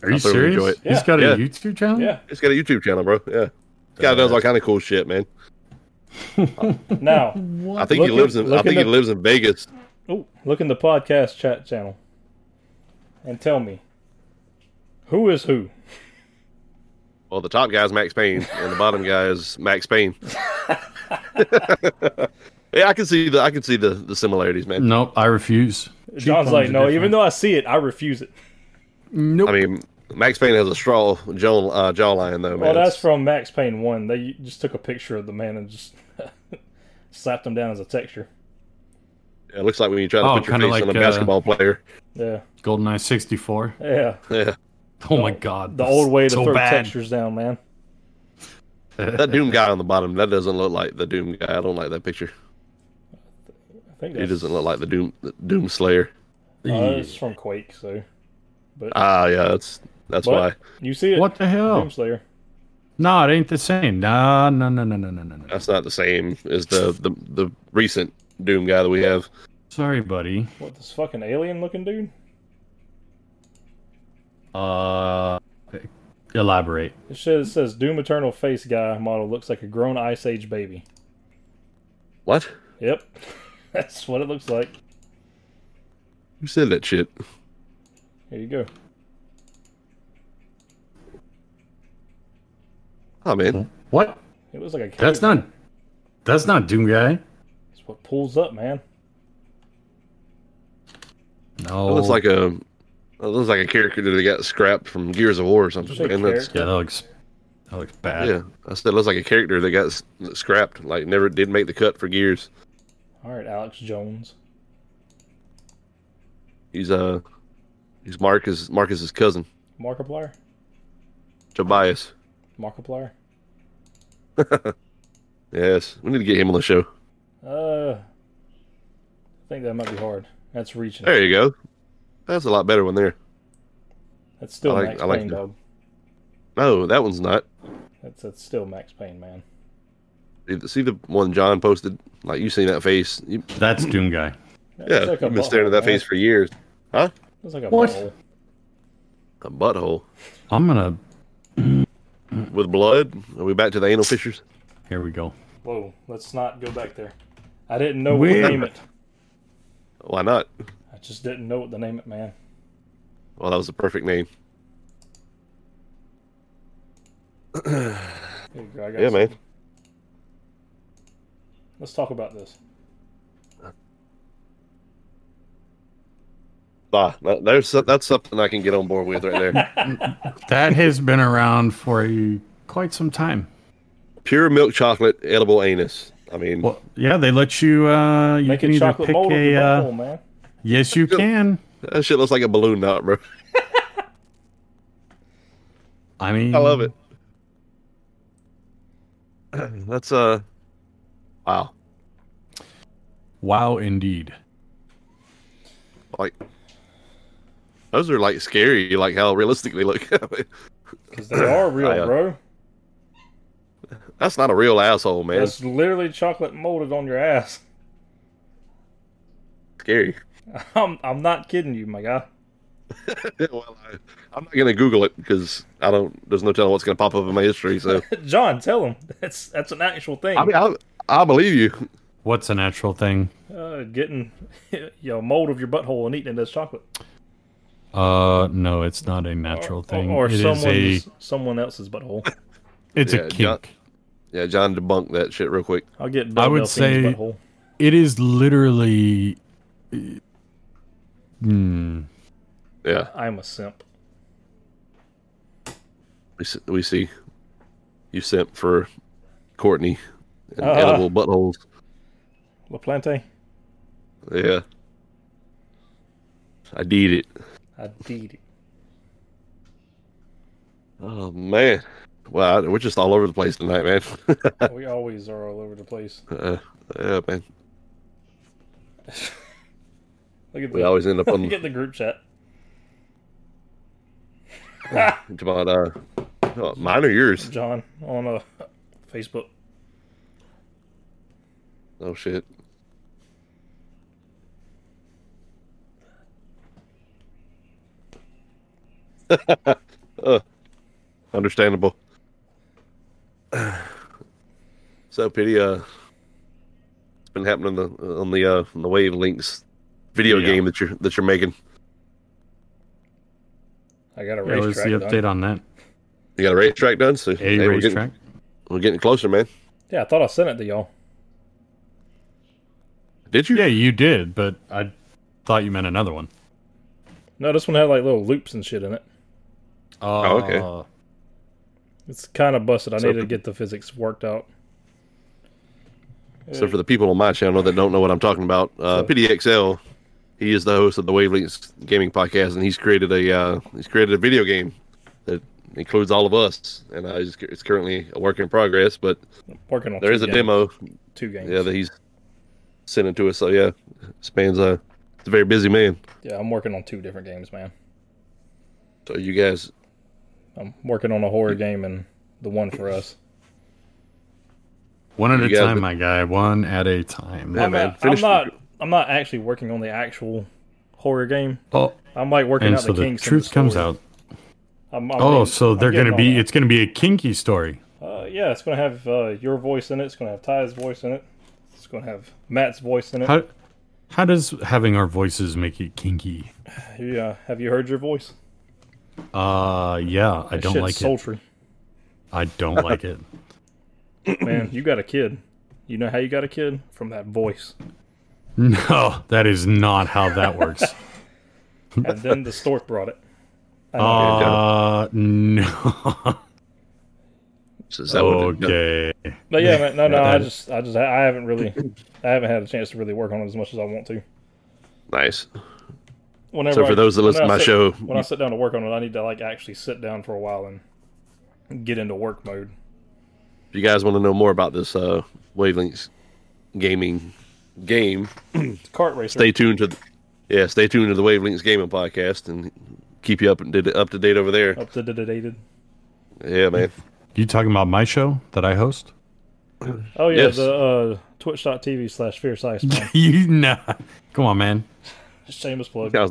Are you I thoroughly enjoy serious? it. He's Yeah. got a Yeah. YouTube channel. Yeah. It's got a YouTube channel, bro. Yeah, this guy does all kind of cool shit, man. Now, I think he Look lives at- in. look I at think he the- lives in Vegas. oh, look in the podcast chat channel and tell me who is who. Well, the top guy is <laughs> Max Payne, and the bottom guy is Max Payne. <laughs> yeah, I can see the I can see the, the similarities, man. Nope. I refuse. John's Cheekbones like, are no, even different. though I see it, I refuse it. Nope. I mean, Max Payne has a straw jaw uh, jawline though, man. Well, Oh, that's from Max Payne 1. They just took a picture of the man and just <laughs> slapped him down as a texture. it looks like when you try to Oh, put your kinda face on like, a uh, basketball <laughs> player. Yeah. GoldenEye 64. Yeah. Yeah, Oh my god. The that's old way to so throw bad. textures down, man. that Doom guy on the bottom that doesn't look like the Doom guy. I don't like that picture. I think He that's, doesn't look like the Doom the Doom Slayer. uh, it's from Quake, so. Ah, yeah, that's that's But why. you see it. What the hell? Doomslayer. No, it ain't the same. Nah, no, no, no, no, no, no, no. That's not the same as the the, the recent Doom guy that we have. Sorry, buddy. What, this fucking alien looking dude? Uh, elaborate. It says, it says Doom Eternal face guy model looks like a grown Ice Age baby. What? Yep. <laughs> That's what it looks like. Who said that shit? Here you go. Oh man. What? It looks like a cave. That's not. That's not Doom guy. It's what pulls up, man. No. That looks like a that looks like a character that got scrapped from Gears of War or something. Just a man. That's- Yeah, that looks. That looks bad. yeah, I said it looks like a character that got s- scrapped, like never did make the cut for Gears. All right, Alex Jones. He's uh, he's Marcus Marcus's cousin, Markiplier? Tobias. Markiplier? Yes, we need to get him on the show. Uh, I think that might be hard. That's reaching. There you go. That's a lot better one there. That's still I like- Max I like Payne, that. dog. No, that one's not. That's that's still Max Payne, man. See the one John posted. Like you seen that face? You, That's Doom guy. That yeah, looks like a you've been staring at butthole, that man. face for years. Looks like a What? butthole. A butthole I'm gonna. with blood. Are we back to the anal fissures? Here we go. Whoa, let's not go back there. I didn't know what Weird. to name it. Why not? I just didn't know what to name it, man. Well, that was the perfect name. Here you go. I got Yeah, some- man. Let's talk about this. Nah, that- there's so- that's something I can get on board with right <laughs> there. That has been around for a, quite some time. Pure milk chocolate edible anus. I mean, Well, yeah, they let you. Uh, you Make can a either chocolate pick mold with a. your Uh, butthole, man. yes, you can. that shit looks like a balloon knot, bro. <laughs> I mean, I love it. <clears throat> That's uh, wow. Wow, indeed. Like those are like scary. Like how realistic they look. <laughs> Because they are <coughs> real, I, uh, bro. that's not a real asshole, man. That's That's literally chocolate molded on your ass. <laughs> scary. I'm, I'm not kidding you, my guy. <laughs> <laughs> well, I, I'm not gonna Google it because <laughs> I don't. There's no telling what's gonna pop up in my history. So John, tell him that's that's an actual thing. I mean, I, I believe you. What's a natural thing? Uh, getting <laughs> you know, mold of your butthole and eating it as chocolate. Uh, no, it's not a natural or, thing. Or, It is someone's, a someone else's butthole. it's Yeah, a John- kink. Yeah, John debunked that shit real quick. I'll get I would Belleville's say- butthole. It is literally. Hmm. Yeah, I'm a simp. we see, we see. you sent for Courtney and Uh. edible buttholes. LaPlante, Yeah, I need it. I did it. Oh man, wow, we're just all over the place tonight, man. <laughs> We always are all over the place. uh, yeah, man, Look at we the, always end up <laughs> on look at the group chat. about uh, oh, mine or yours. John on uh, Facebook. Oh shit. <laughs> uh, understandable. <sighs> So pity. Uh, it's been happening on the on the uh, on the Wavelinks video Yeah. game that you're that you're making. I got a Yeah, what's racetrack. the done. update on that? You got a racetrack done, so A hey, we're, getting, racetrack. we're getting closer, man. Yeah, I thought I sent it to y'all. Did you? Yeah, you did, but I thought you meant another one. No, this one had like little loops and shit in it. Oh, okay. Uh, It's kind of busted. I So need to for- get the physics worked out. So for the people on my channel that don't know what I'm talking about, uh, So- PDXL, he is the host of the Wavelengths Gaming Podcast, and he's created a uh, he's created a video game that includes all of us, and uh, it's, it's currently a work in progress. But Working on there two is a games- demo, Two games. yeah, that he's sending to us. So yeah, Span's a it's a very busy man. yeah, I'm working on two different games, man. So you guys, I'm working on a horror game and the one for us. one at You a guys time, been- my guy. One at a time. Yeah, I'm, man, not, I'm finish the- not. I'm not actually working on the actual horror game. Oh, I'm like working and out so the the kinks. in truth comes story. out. I'm- I'm Oh, getting- so I'm they're getting gonna all be. that. It's gonna be a kinky story. Uh, yeah, it's gonna have uh, your voice in it. It's gonna have Ty's voice in it. It's gonna have Matt's voice in it. How, how does having our voices make it kinky? yeah, uh, have you heard your voice? Uh, yeah, I That don't shit's like it. <clears throat> sultry. I don't <laughs> like it. Man, you got a kid. You know how you got a kid from that <laughs> voice, No, that is not how that works. and then the stork brought it. <laughs> I know. uh, no. so is that what the- okay. But yeah, man, no, no, I Yeah. just, I just, I haven't really, I haven't had a chance to really work on it as much as I want to. nice. Whenever So for I- those that when listen to I my sit- show, when I sit down to work on it, I need to like actually sit down for a while and get into work mode. If you guys want to know more about this uh, Wavelengths Gaming game, It's a kart racer. stay tuned to the, yeah stay tuned to the wavelengths gaming podcast and keep you up and up to date over there up to date. yeah man You talking about my show that I host? <laughs> Oh yeah, Yes. the uh, twitch.tv slash fierce ice man. <laughs> you nah. Come on, man. Shameless plug. Guys,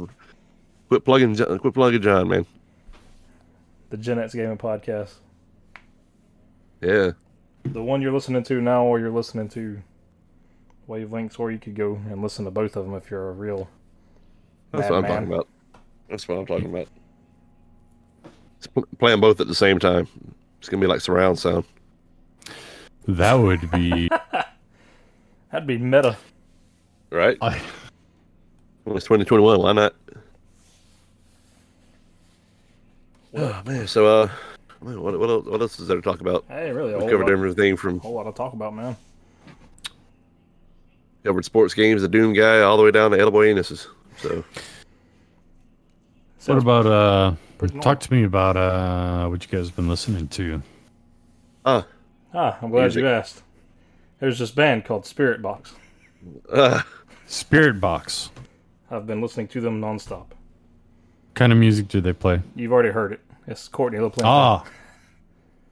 quit plugging john, quit plugging john man The Gen X Gaming Podcast. yeah The one you're listening to now or you're listening to Wavelengths, or you could go and listen to both of them if you're a real that's what i'm madman. talking about that's what i'm talking about It's pl- playing both at the same time it's gonna be like surround sound That would <laughs> be. That'd be meta. right I, Well, it's 2021 why not oh man so uh man, what, what, else- what else is there to talk about Hey, really a we whole covered lot, everything from whole lot to talk about, man. covered sports games the doom guy all the way down to edible anuses so what Sounds about uh? pretty normal. Talk to me about uh what you guys have been listening to. ah Ah, I'm glad Music. you asked. There's this band called Spirit Box. Ah, Spirit Box. I've been listening to them nonstop. What kind of music do they play? You've already heard it. It's Courtney LaPlante. Ah,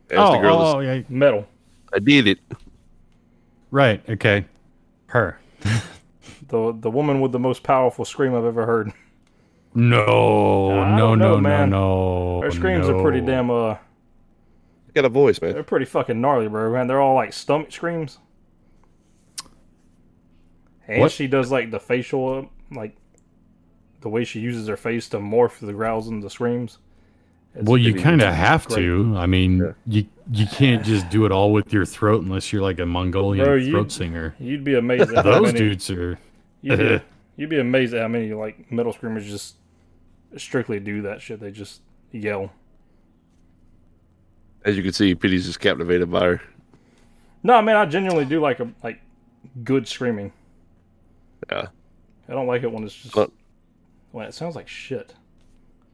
that's the oh, girl. oh, yeah, Metal. I did it. right. Okay, her. The the woman with the most powerful scream I've ever heard. No, I no, don't know, no, no, man. no. Her screams are pretty Oh, no. damn uh Got a voice, man. they're pretty fucking gnarly, bro, man. They're all like stomach screams. And What? she does like the facial, uh, like the way she uses her face to morph the growls and the screams. It's well, you pretty- kind of have great. to. I mean, Yeah. you you can't just do it all with your throat unless you're like a Mongolian Bro, you- <laughs> throat singer. You'd be <laughs> amazed. At how Those many, dudes are. You'd be, you'd be amazed at how many like metal screamers just strictly do that shit. They just yell. As you can see, Petey's just captivated by her. No, I mean I genuinely do like a like good screaming. Yeah. I don't like it when it's just But- when it sounds like shit.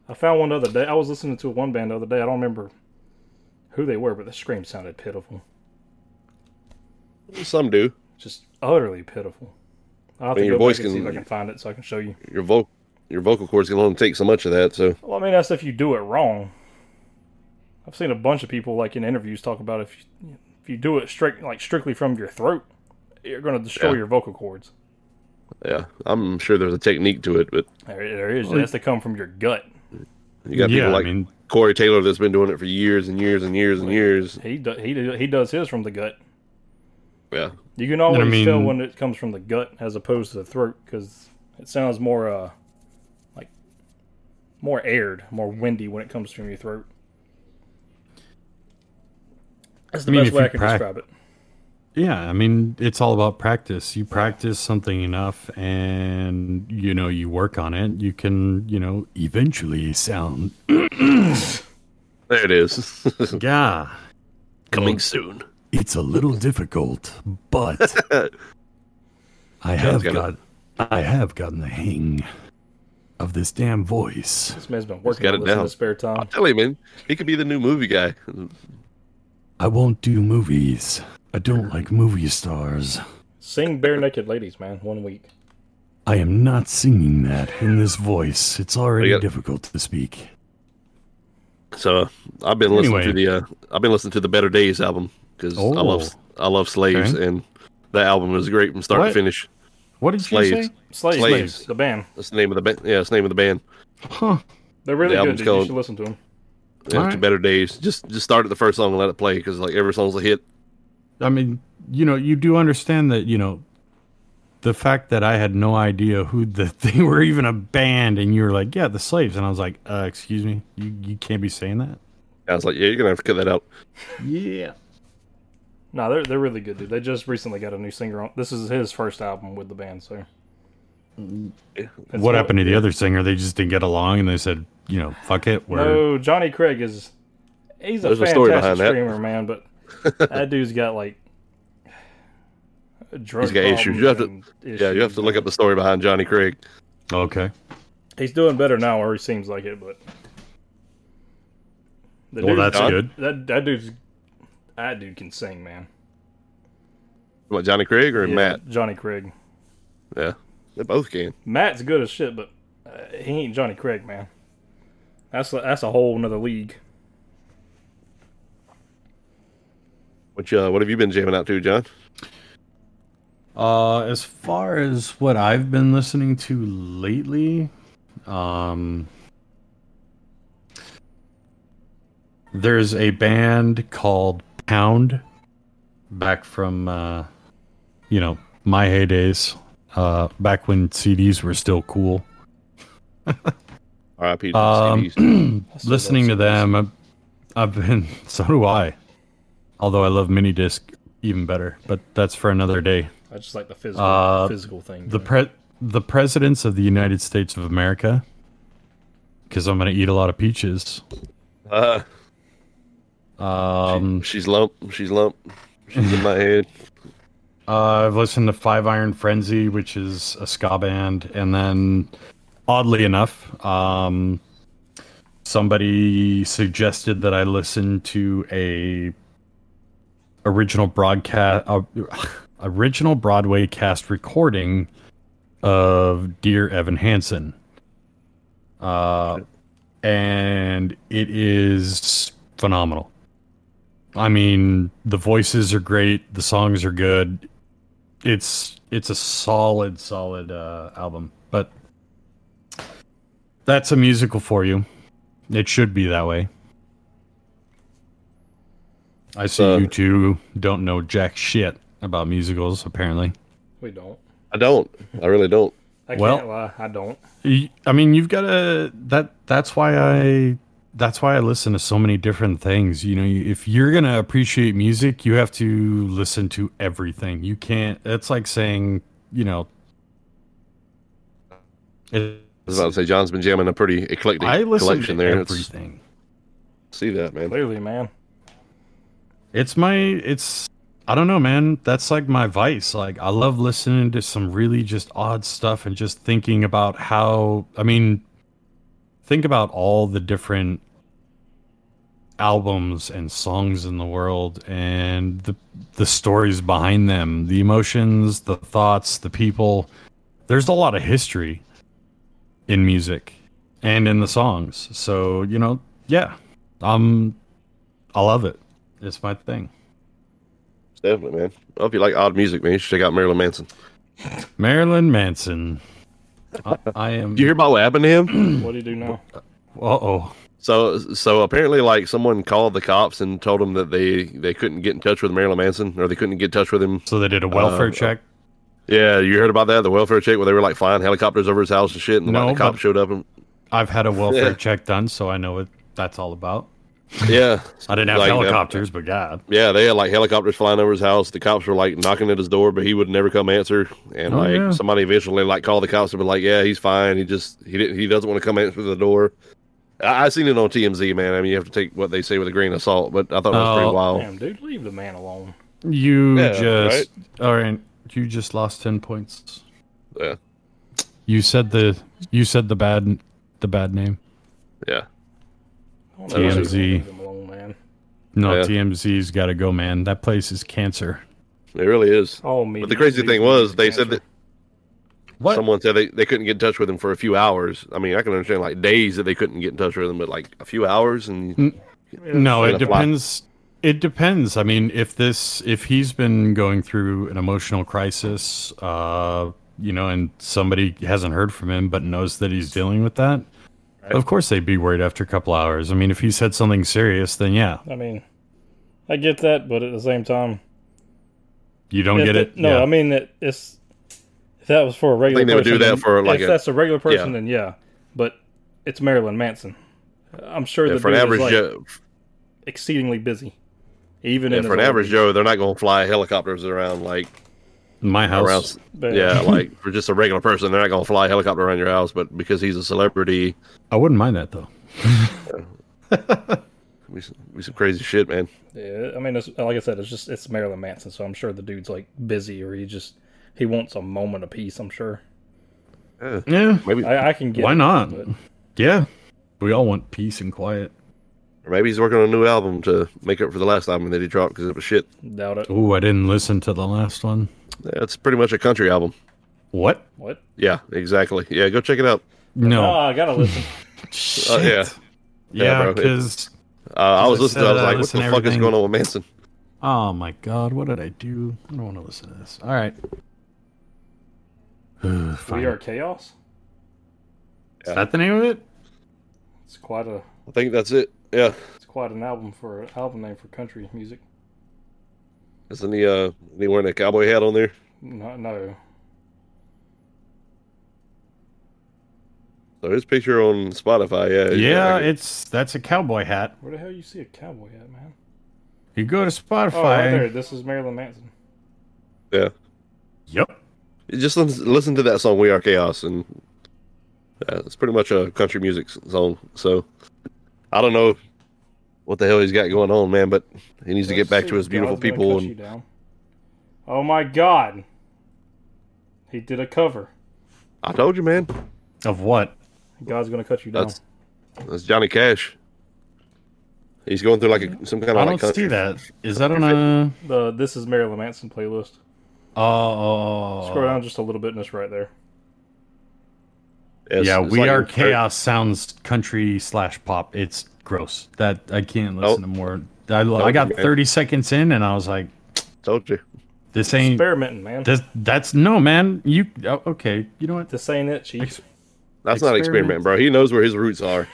I found one the other day. I was listening to one band the other day. I don't remember who they were, but the scream sounded pitiful. Some do. Just utterly pitiful. I'll have mean, to your go voice back and see if can- I can find it so I can show you. Your vocal your vocal cords can only take so much of that. So Well, I mean, that's if you do it wrong. I've seen a bunch of people, like in interviews, talk about if you, if you do it strict, like strictly from your throat, you're going to destroy Yeah. your vocal cords. yeah, I'm sure there's a technique to it, but There, there is. It has to come from your gut. you got yeah, people I like mean, Corey Taylor that's been doing it for years and years and years and years. He do, he do, he does his from the gut. Yeah, You can always I mean- tell when it comes from the gut as opposed to the throat because it sounds more uh like more aired, more windy when it comes from your throat. That's the I mean, best if way you I can prac- describe it. yeah, I mean, it's all about practice. You practice something enough, and you know, you work on it. You can, you know, eventually sound. there it is. <laughs> Yeah, Coming soon. it's a little difficult, <laughs> but I have got it. got, I have gotten the hang of this damn voice. This man's been working got on it this in down. his spare time. Tell him, man, he could be the new movie guy. I won't do movies. I don't like movie stars. Sing bare naked ladies, man. One week. I am not singing that in this voice. It's already got- difficult to speak. So uh, I've been listening Anyway. Oh. to the uh, I've been listening to the Better Days album because I love I love Slaves Okay. and that album is great from start What? to finish. What did Slaves. Slaves, Slaves. the band. That's the name of the band. Yeah, it's the name of the band. Huh. They're really The good. album's Dude. You called- should listen to them. Yeah, All to right. Better Days. Just just start at the first song and let it play because like every song's a hit. I mean, you know, you do understand that, you know, the fact that I had no idea who that <laughs> they were even a band, and you were like, "Yeah, the slaves," and I was like, uh, "Excuse me, you you can't be saying that." I was like, yeah, you're gonna have to cut that out. Yeah. No, they're they're really good, dude. They just recently got a new singer on. This is his first album with the band, so. It's what more- happened to the other singer? They just didn't get along, and they said, "You know, fuck it." We're No, Johnny Craig is he's a There's a fantastic story behind that. streamer, man, but that dude's got like <sighs> drug He's got issues. You have to- problems and Yeah, you have issues, to look man. up the story behind Johnny Craig. okay. He's doing better now, or he seems like it, but the Well, dude- that's John? good. that that dude's that dude can sing, man. What Johnny Craig or Yeah, Matt? Johnny Craig. Yeah, they both can. Matt's good as shit, but uh, he ain't Johnny Craig, man. That's a, that's a whole another league. Which uh, what have you been jamming out to, John? Uh, as far as what I've been listening to lately, um, there's a band called Pound, back from uh, you know my heydays, uh, back when CDs were still cool. R.I.P. to Um, the I CDs. still love listening to CDs. them, I've, I've been <laughs> so do I. Although I love mini disc even better, but that's for another day. I just like the physical Uh, physical thing. the man. pre- the presidents of the United States of America because I'm gonna eat a lot of peaches. Uh, Um, she's lump. She's lump. She's in <laughs> my head. uh, I've listened to Five Iron Frenzy, which is a ska band, and then oddly enough, um, somebody suggested that I listen to a original broadcast, uh, original Broadway cast recording of Dear Evan Hansen. Uh, and it is phenomenal. I mean, the voices are great, the songs are good. It's it's a solid, solid uh, album. But that's a musical for you. It should be that way. I see Uh, you two don't know jack shit about musicals, apparently. we don't. I don't. I really don't. I Well- can't lie. I don't. Y- I mean, you've got to that. That's why I. That's why I listen to so many different things. You know, you- if you're gonna appreciate music, you have to listen to everything. You can't. It's like saying, you know. It, I was about to say John's been jamming a pretty eclectic I listen collection to there. It's, everything. see that, man. Clearly, man. <clears throat> It's my. It's. I don't know, man. That's like my vice. Like I love listening to some really just odd stuff and just thinking about how. I mean, think about all the different albums and songs in the world and the the stories behind them, the emotions, the thoughts, the people. There's a lot of history in music and in the songs. So, you know, yeah. Um I love it. It's my thing. It's Definitely, man. Well, if you like odd music, man, you should check out Marilyn Manson. Marilyn Manson. I, I am Did you hear about what happened to him? <clears throat> What do you do now? Uh-oh. so, so apparently, like someone called the cops and told them that they they couldn't get in touch with Marilyn Manson, or they couldn't get in touch with him. So they did a welfare Uh, check. Yeah, you heard about that? The welfare check where they were like flying helicopters over his house and shit, and No, like, the cops but- showed up. And, I've had a welfare yeah. check done, so I know what that's all about. yeah, <laughs> I didn't have Like, uh, helicopters, but God. Yeah, they had like helicopters flying over his house. The cops were like knocking at his door, but he would never come answer. And Oh, like yeah. somebody eventually like called the cops and be like, "Yeah, he's fine. He just he didn't he doesn't want to come answer the door." I, I seen it on TMZ, man. I mean, you have to take what they say with a grain of salt, but I thought it was Oh. pretty wild. Damn, dude, leave the man alone. You Yeah, just all right. You just lost ten points. Yeah, You said the you said the bad the bad name. yeah. I don't know why they TMZ. leave him alone, man. No, Yeah. TMZ's got to go, man. That place is cancer. It really is. Oh, me. But the crazy thing was, they said that What? someone said they, they couldn't get in touch with him for a few hours. I mean, I can understand like days that they couldn't get in touch with him, but like a few hours and no, it Gonna fly. depends. It depends. I mean, if this if he's been going through an emotional crisis, uh, you know, and somebody hasn't heard from him but knows that he's dealing with that, of course they'd be worried after a couple hours. I mean, if he said something serious, then yeah, I mean, I get that, but at the same time, you don't if get the- it. No, yeah. I mean that it's if that was for a regular. think they would do person, that then- for, like, if a- that's a regular person, then yeah. But it's Marilyn Manson. I'm sure Yeah, the for an dude is, average like, Joe, exceedingly busy. Even yeah, in for his an old average age. Joe, they're not going to fly helicopters around like my house. around. But- Yeah, like for just a regular person, they're not gonna fly a helicopter around your house, but because he's a celebrity, I wouldn't mind that though. we, s- we some crazy shit, man. Yeah, I mean, it's, like I said, it's just it's Marilyn Manson, so I'm sure the dude's like busy or he just he wants a moment of peace. I'm sure. Yeah. Maybe or I, I can get. Why it, not? but- Yeah. We all want peace and quiet. maybe he's working on a new album to make up for the last album that he dropped because it was shit. Doubt it. Ooh, I didn't listen to the last one. Yeah, it's pretty much a country album. What? What? Yeah, exactly. Yeah, go check it out. Oh, No. I <laughs> gotta listen. Uh, yeah, Yeah, bro, it- because uh, I was I listening. to it, I was said I like, what listen the to fuck is everything. going on with Manson? oh my god, what did I do? I don't want to listen to this. All right. <sighs> we Fine. are chaos. Is that the name of it? It's quite a I think that's it. Yeah, it's quite an album for album name for country music. isn't he? Uh, he wearing a cowboy hat on there? No, no. So his picture on Spotify. Yeah, he's Yeah, like- it's that's a cowboy hat. Where the hell you see a cowboy at, man? You go to Oh, right Spotify. there. This is Marilyn Manson. yeah. yep. just listen, listen to that song "We Are Chaos" and uh, it's pretty much a country music s- song. So I don't know what the hell he's got going on, man, but he needs to get back to his beautiful God's gonna people. cut you And down. Oh my God! He did a cover. I told you, man, Of what? God's gonna cut you down. That's- that's Johnny Cash. He's going through like a, some kind of I like don't country. see that. Is that on a? The this is Marilyn Manson playlist. Oh, oh, oh, Scroll down just a little bit, and it's right there. It's- yeah, it's we like are a- chaos. Sounds country slash pop. It's gross. That I can't Oh. listen to more. I, I got man. thirty seconds in, and I was like, Told you. "This ain't. Experimenting, man. This, This, that's no, man. You oh, okay? You know what? ain't it, Chief. That's not experiment, Experiment. bro. He knows where his roots are.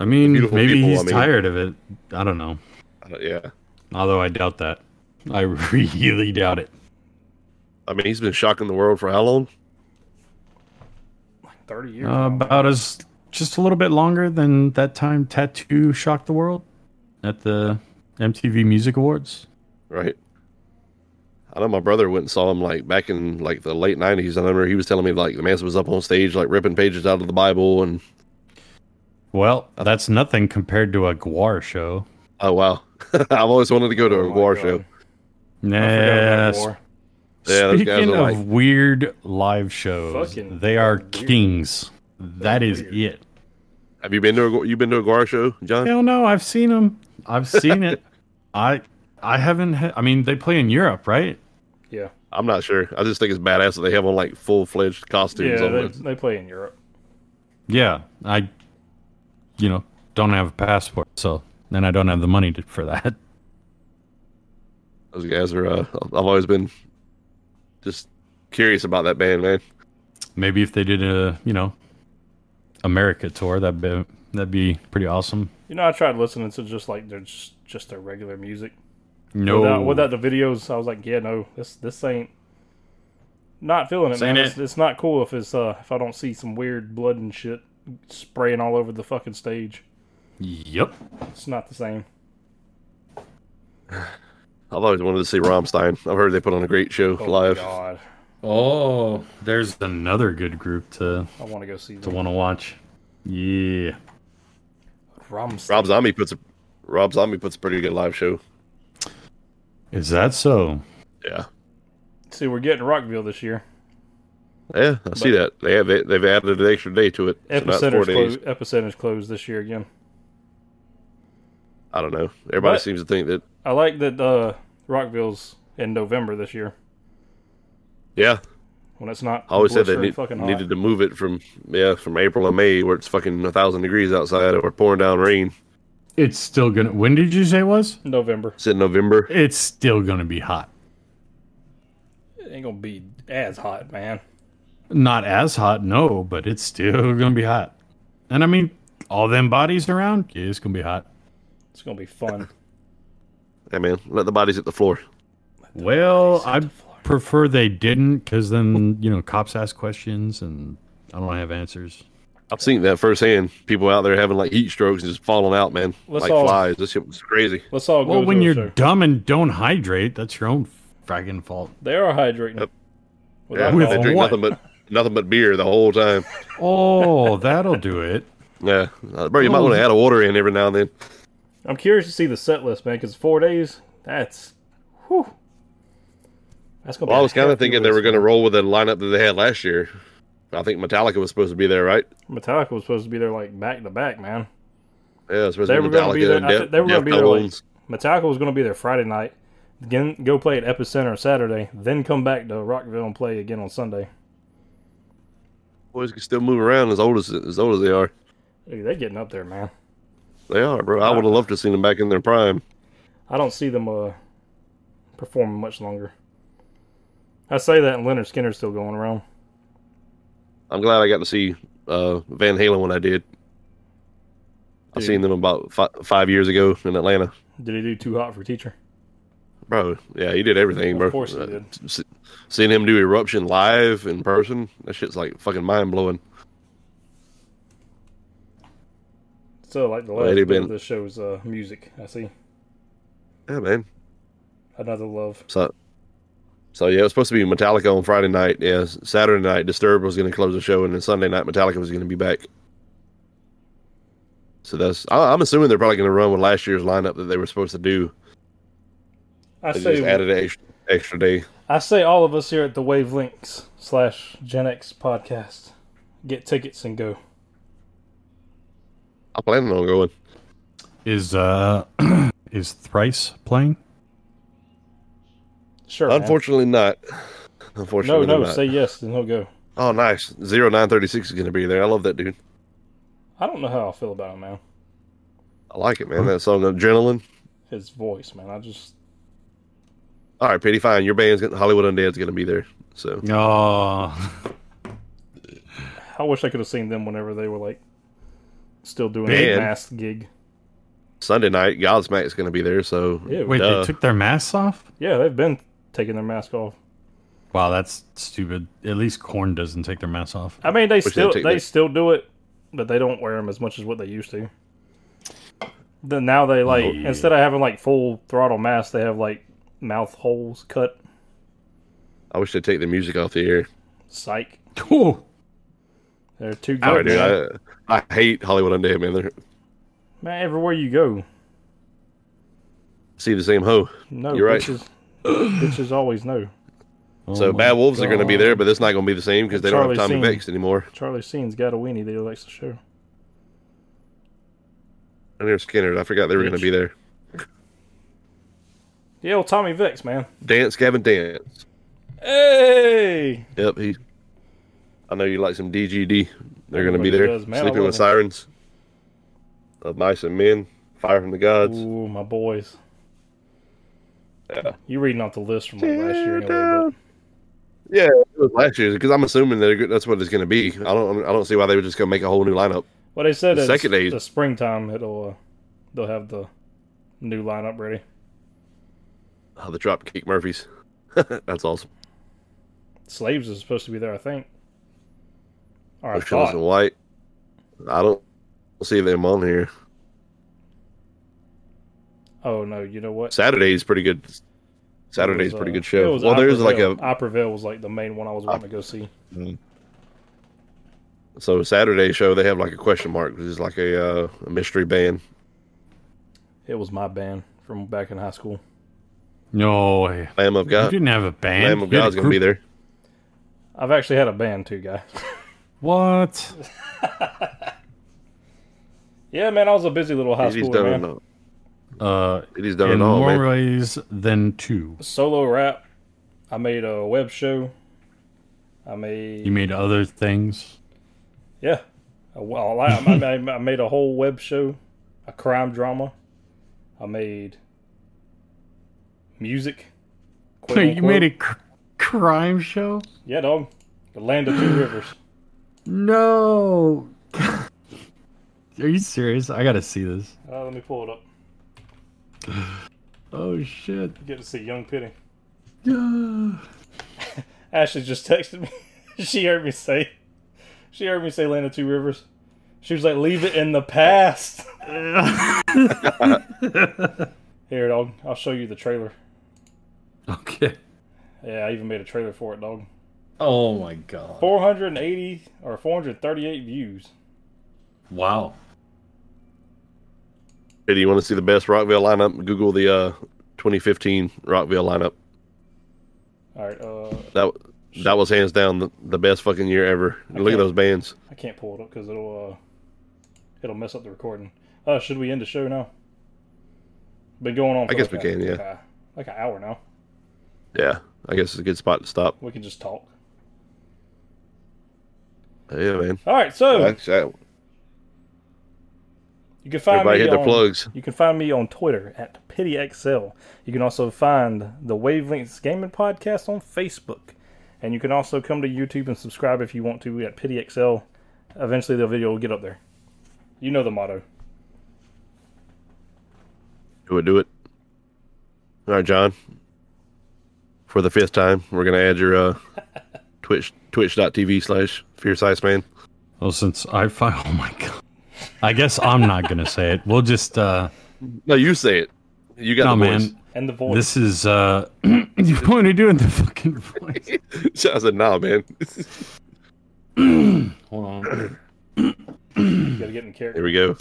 I mean, beautiful maybe people, he's I mean. tired of it. I don't know. I don't- Uh, Yeah, <laughs> Although I doubt that. I really doubt it. I mean, he's been shocking the world for how long? Like thirty years. Uh, about as just a little bit longer than that time Tattoo shocked the world at the MTV Music Awards. right? I know my brother went and saw him like back in like the late nineties. I remember he was telling me like the man was up on stage like ripping pages out of the Bible and Well, that's nothing compared to a Guar show. oh wow, <laughs> I've always wanted to go to a Oh my war God. show. I forgot Nah, about War. Yeah, those guys Speaking are of like- weird live shows, Fucking they are weird. kings. That is weird. it. Have you been to a you been to a Guar show, John? Hell no, I've seen them. I've <laughs> seen it. I I haven't. Ha- I mean, they play in Europe, right? Yeah, I'm not sure. I just think it's badass that they have on like full fledged costumes. yeah. on They, it. they play in Europe. Yeah, I, you know, don't have a passport, so and I don't have the money to, for that. <laughs> Those guys are. Uh, I've always been just curious about that band, man. Maybe if they did a, you know, America tour, that'd be that'd be pretty awesome. You know, I tried listening to just like their just just their regular music. No, Without, without the videos, I was like, yeah, no, this this ain't not feeling it, This man. ain't It's, it's not cool if it's uh if I don't see some weird blood and shit spraying all over the fucking stage. yep. It's not the same. I've always wanted to see Rammstein. I've heard they put on a great show Oh live. God, Oh, there's another good group to I want to go see to them. want to watch. Yeah. Rammstein. Rob Zombie puts a Rob Zombie puts a pretty good live show. Is that so? Yeah, See, we're getting Rockville this year. yeah, I see that. They have they've added an extra day to it. So now it's four Epicenter's days. closed. Epicenter's closed this year again. I don't know. Everybody But- seems to think that. I like that uh, Rockville's in November this year Yeah, when it's not. I always said they blistering need, fucking hot. needed to move it from yeah from April and May where it's fucking a thousand degrees outside or pouring down rain. It's still gonna. When did you say it was? November. It's in November. It's still gonna be hot. It ain't gonna be as hot, man. Not as hot, no, but it's still gonna be hot. And I mean, all them bodies around, yeah, it's gonna be hot. It's gonna be fun. Yeah, man, let the bodies hit the floor. Well, I prefer they didn't, because then you know cops ask questions and I don't have answers. I've seen that firsthand. People out there having like heat strokes and just falling out, man, Let's like all- flies. This shit was crazy. <laughs> Let's all go. Well, to when a you're show. dumb and don't hydrate, that's your own fragging fault. they are hydrating. Yep. With Yeah, alcohol. they drink what? nothing but nothing but beer the whole time. <laughs> Oh, that'll do it. Yeah, Uh, bro, you might want to add a water in every now and then. I'm curious to see the set list, man, because four days. That's, whew. That's gonna. Well, be I a was kind of hefty thinking they list, were going to man. roll with the lineup that they had last year. I think Metallica was supposed to be there, right? Metallica was supposed to be there like back to back, man. Yeah, it's supposed They to were be gonna be Metallica there- and I Death, think they were gonna be there, like- Deftones. Metallica was going to be there Friday night, then go play at Epicenter Saturday, then come back to Rockville and play again on Sunday. Boys can still move around as old as as old as they are. Dude, they're getting up there, man. They are, bro. I Uh-huh. would have loved to seen them back in their prime. I don't see them uh, performing much longer. I say that, and Leonard Skinner's still going around. I'm glad I got to see uh, Van Halen when I did. I Dude. seen them about fi- five years ago in Atlanta, Did he do too hot for teacher? bro. Yeah, he did everything, Of bro. Uh, course he did. s- seeing him do Eruption live in person, that shit's like fucking mind blowing. So, like the Well, last they've bit been- of the show's uh, music, I see. Yeah, man. Another love. So, so yeah, it was supposed to be Metallica on Friday night. Yeah, s- Saturday night, Disturbed was going to close the show, and then Sunday night, Metallica was going to be back. So that's. I, I'm assuming they're probably going to run with last year's lineup that they were supposed to do. I They just say, added an extra, extra day. I say all of us here at the Wavelinks slash Gen X podcast get tickets and go. I'm planning on going. Is uh, <clears throat> is thrice playing? Sure. man. Unfortunately, not. No, Unfortunately, no, not. say yes, and he'll go. oh, nice. Zero nine thirty six is going to be there. I love that dude. I don't know how I feel about him, man. I like it, man. That song, Adrenaline. His voice, man. I just All right, Pity, fine. Your band's gonna, Hollywood Undead's going to be there. So Oh, I wish I could have seen them whenever they were like still doing Man. a masked gig. Sunday night, Godsmack's going to be there. So Ew. wait, Duh. they took their masks off. Yeah, they've been taking their mask off. wow, that's stupid. At least corn doesn't take their <laughs> mask off. I mean, they they still they, take that- still do it, but they don't wear them as much as what they used to. Then now they Oh, like Yeah. instead of having like full throttle masks, they have like mouth holes cut. I wish they'd take the music off the air. Psych. Ooh. They're too good. All right, dude. man. I, I hate Hollywood Undead, man. They Man, everywhere you go, see the same hoe. no You're right. bitches. bitches always know. So Oh my Bad Wolves are going to be God. there, but it's not going to be the same because they don't have Charlie's Tommy seen- Vex anymore. Charlie Sheen's got a weenie that he likes to show. And there's Skinner. I forgot they were going to Bitch. be there. Yeah, old Tommy Vicks, man. Dance, Gavin, dance. Hey, Yep, he. I know you like some DGD. They're going to be Everybody there. does, man. I Sleeping love with it. Sirens. Of Mice and Men. Fire from the Gods. ooh, my boys. Yeah. You reading off the list from like last year? Anyway, Yeah, it was last year's because I'm assuming that it- that's what it's going to be. I don't. I don't see why they were just going to make a whole new lineup. but, well, they said The that second it's- age- the springtime it'll uh, they'll have the new lineup ready. Oh, the Dropkick Murphys. <laughs> that's awesome. Slaves is supposed to be there, I think. Or I Ocean thought. and White. I don't see them on here. Oh no, you know what? Saturday's pretty good. Saturday's It was, pretty uh, good it show. was Well, there's like Operville. a Operville was like the main one I was wanting to go see. so Saturday show. They have like a question mark, which is like a, uh, a mystery band. It was my band from back in high school. No way. Lamb of You God. didn't have a band. Lamb of You had a God's going to be group- there. I've actually had a band too, guy. What? <laughs> yeah, man, I was a busy little high He's schooler, done man. it all. Uh, He's done in it all, more man. ways than two. Solo rap. I made a web show. I made You made other <laughs> things. yeah. A- Well, I, I, made- I made a whole web show, a crime drama. I made <laughs> music. quote you unquote. made a cr- crime show? Yeah, dog. The land <gasps> of two rivers. No. <laughs> Are you serious? I gotta see this. Uh, let me pull it up. Oh <laughs> shit. You get to see Young Penny. Yeah. Ashley just <laughs> texted me. she heard me say. She heard me say land of two rivers. She was like, "Leave it in the past." <laughs> Here, dog. I'll show you the trailer. okay. Yeah, I even made a trailer for it, dog. Oh my god. 480 or 438 views. Wow. Hey, do you want to see the best Rockville lineup? Google the uh, 2015 Rockville lineup. All right, uh, That that was hands down the, the best fucking year ever. Look can't- at those bands. I can't pull it up because it'll uh, it'll mess up the recording. Uh, should we end the show now? Been going on. For I guess like we a- can, yeah. Like, a, like an hour now. Yeah, I guess it's a good spot to stop. We can just talk. Yeah, man. All right, so Actually, you can find everybody me hit their on, plugs. You can find me on Twitter at PityXL. You can also find the Wavelengths Gaming Podcast on Facebook. And you can also come to YouTube and subscribe if you want to at PityXL. Eventually, the video will get up there. You know the motto. Do it, do it. All right, John. For the fifth time, we're gonna add your uh, Twitch twitch.tv slash fierce ice man. Well, since I fi- <laughs> oh my god. I guess I'm not gonna say it. We'll just <laughs> uh No, you say it. You got no the voice. man. And the voice. This is uh <clears throat> you point of doing the fucking voice. <laughs> I said, nah, man. Hold on. you gotta get in Here character. we go.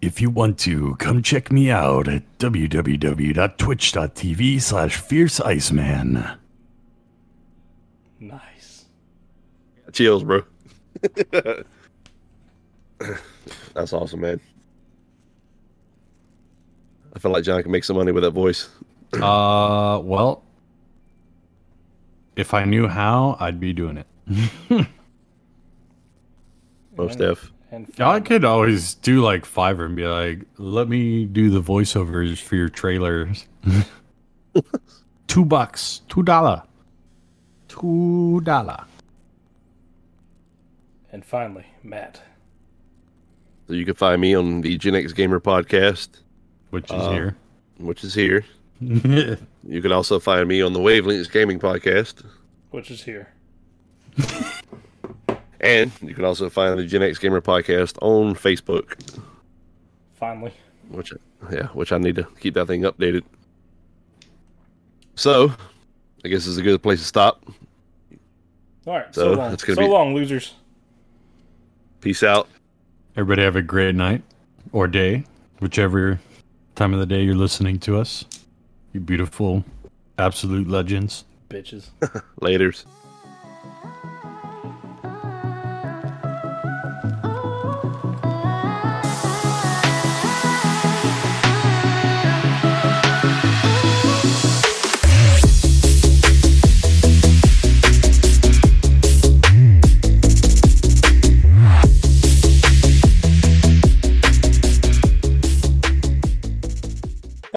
If you want to, come check me out at www.twitch.tv slash fierceiceman. Nice. Chills, bro. <laughs> That's awesome, man. I feel like John can make some money with that voice. Uh well if I knew how, I'd be doing it. Most and, F. and I could always do like Fiverr and be like, let me do the voiceovers for your trailers. two bucks. Two dollar. Two dollar. and finally, Matt. So you can find me on the Gen X Gamer podcast, which is Uh, here. which is here. You can also find me on the Wavelengths Gaming podcast, which is here. and you can also find the Gen X Gamer podcast on Facebook. Finally, which yeah, which I need to keep that thing updated. So, I guess it's a good place to stop. all right. So, So, long, it's so gonna be- long, losers. Peace out. Everybody have a great night or day, whichever time of the day you're listening to us. You beautiful, absolute legends. bitches. Laters.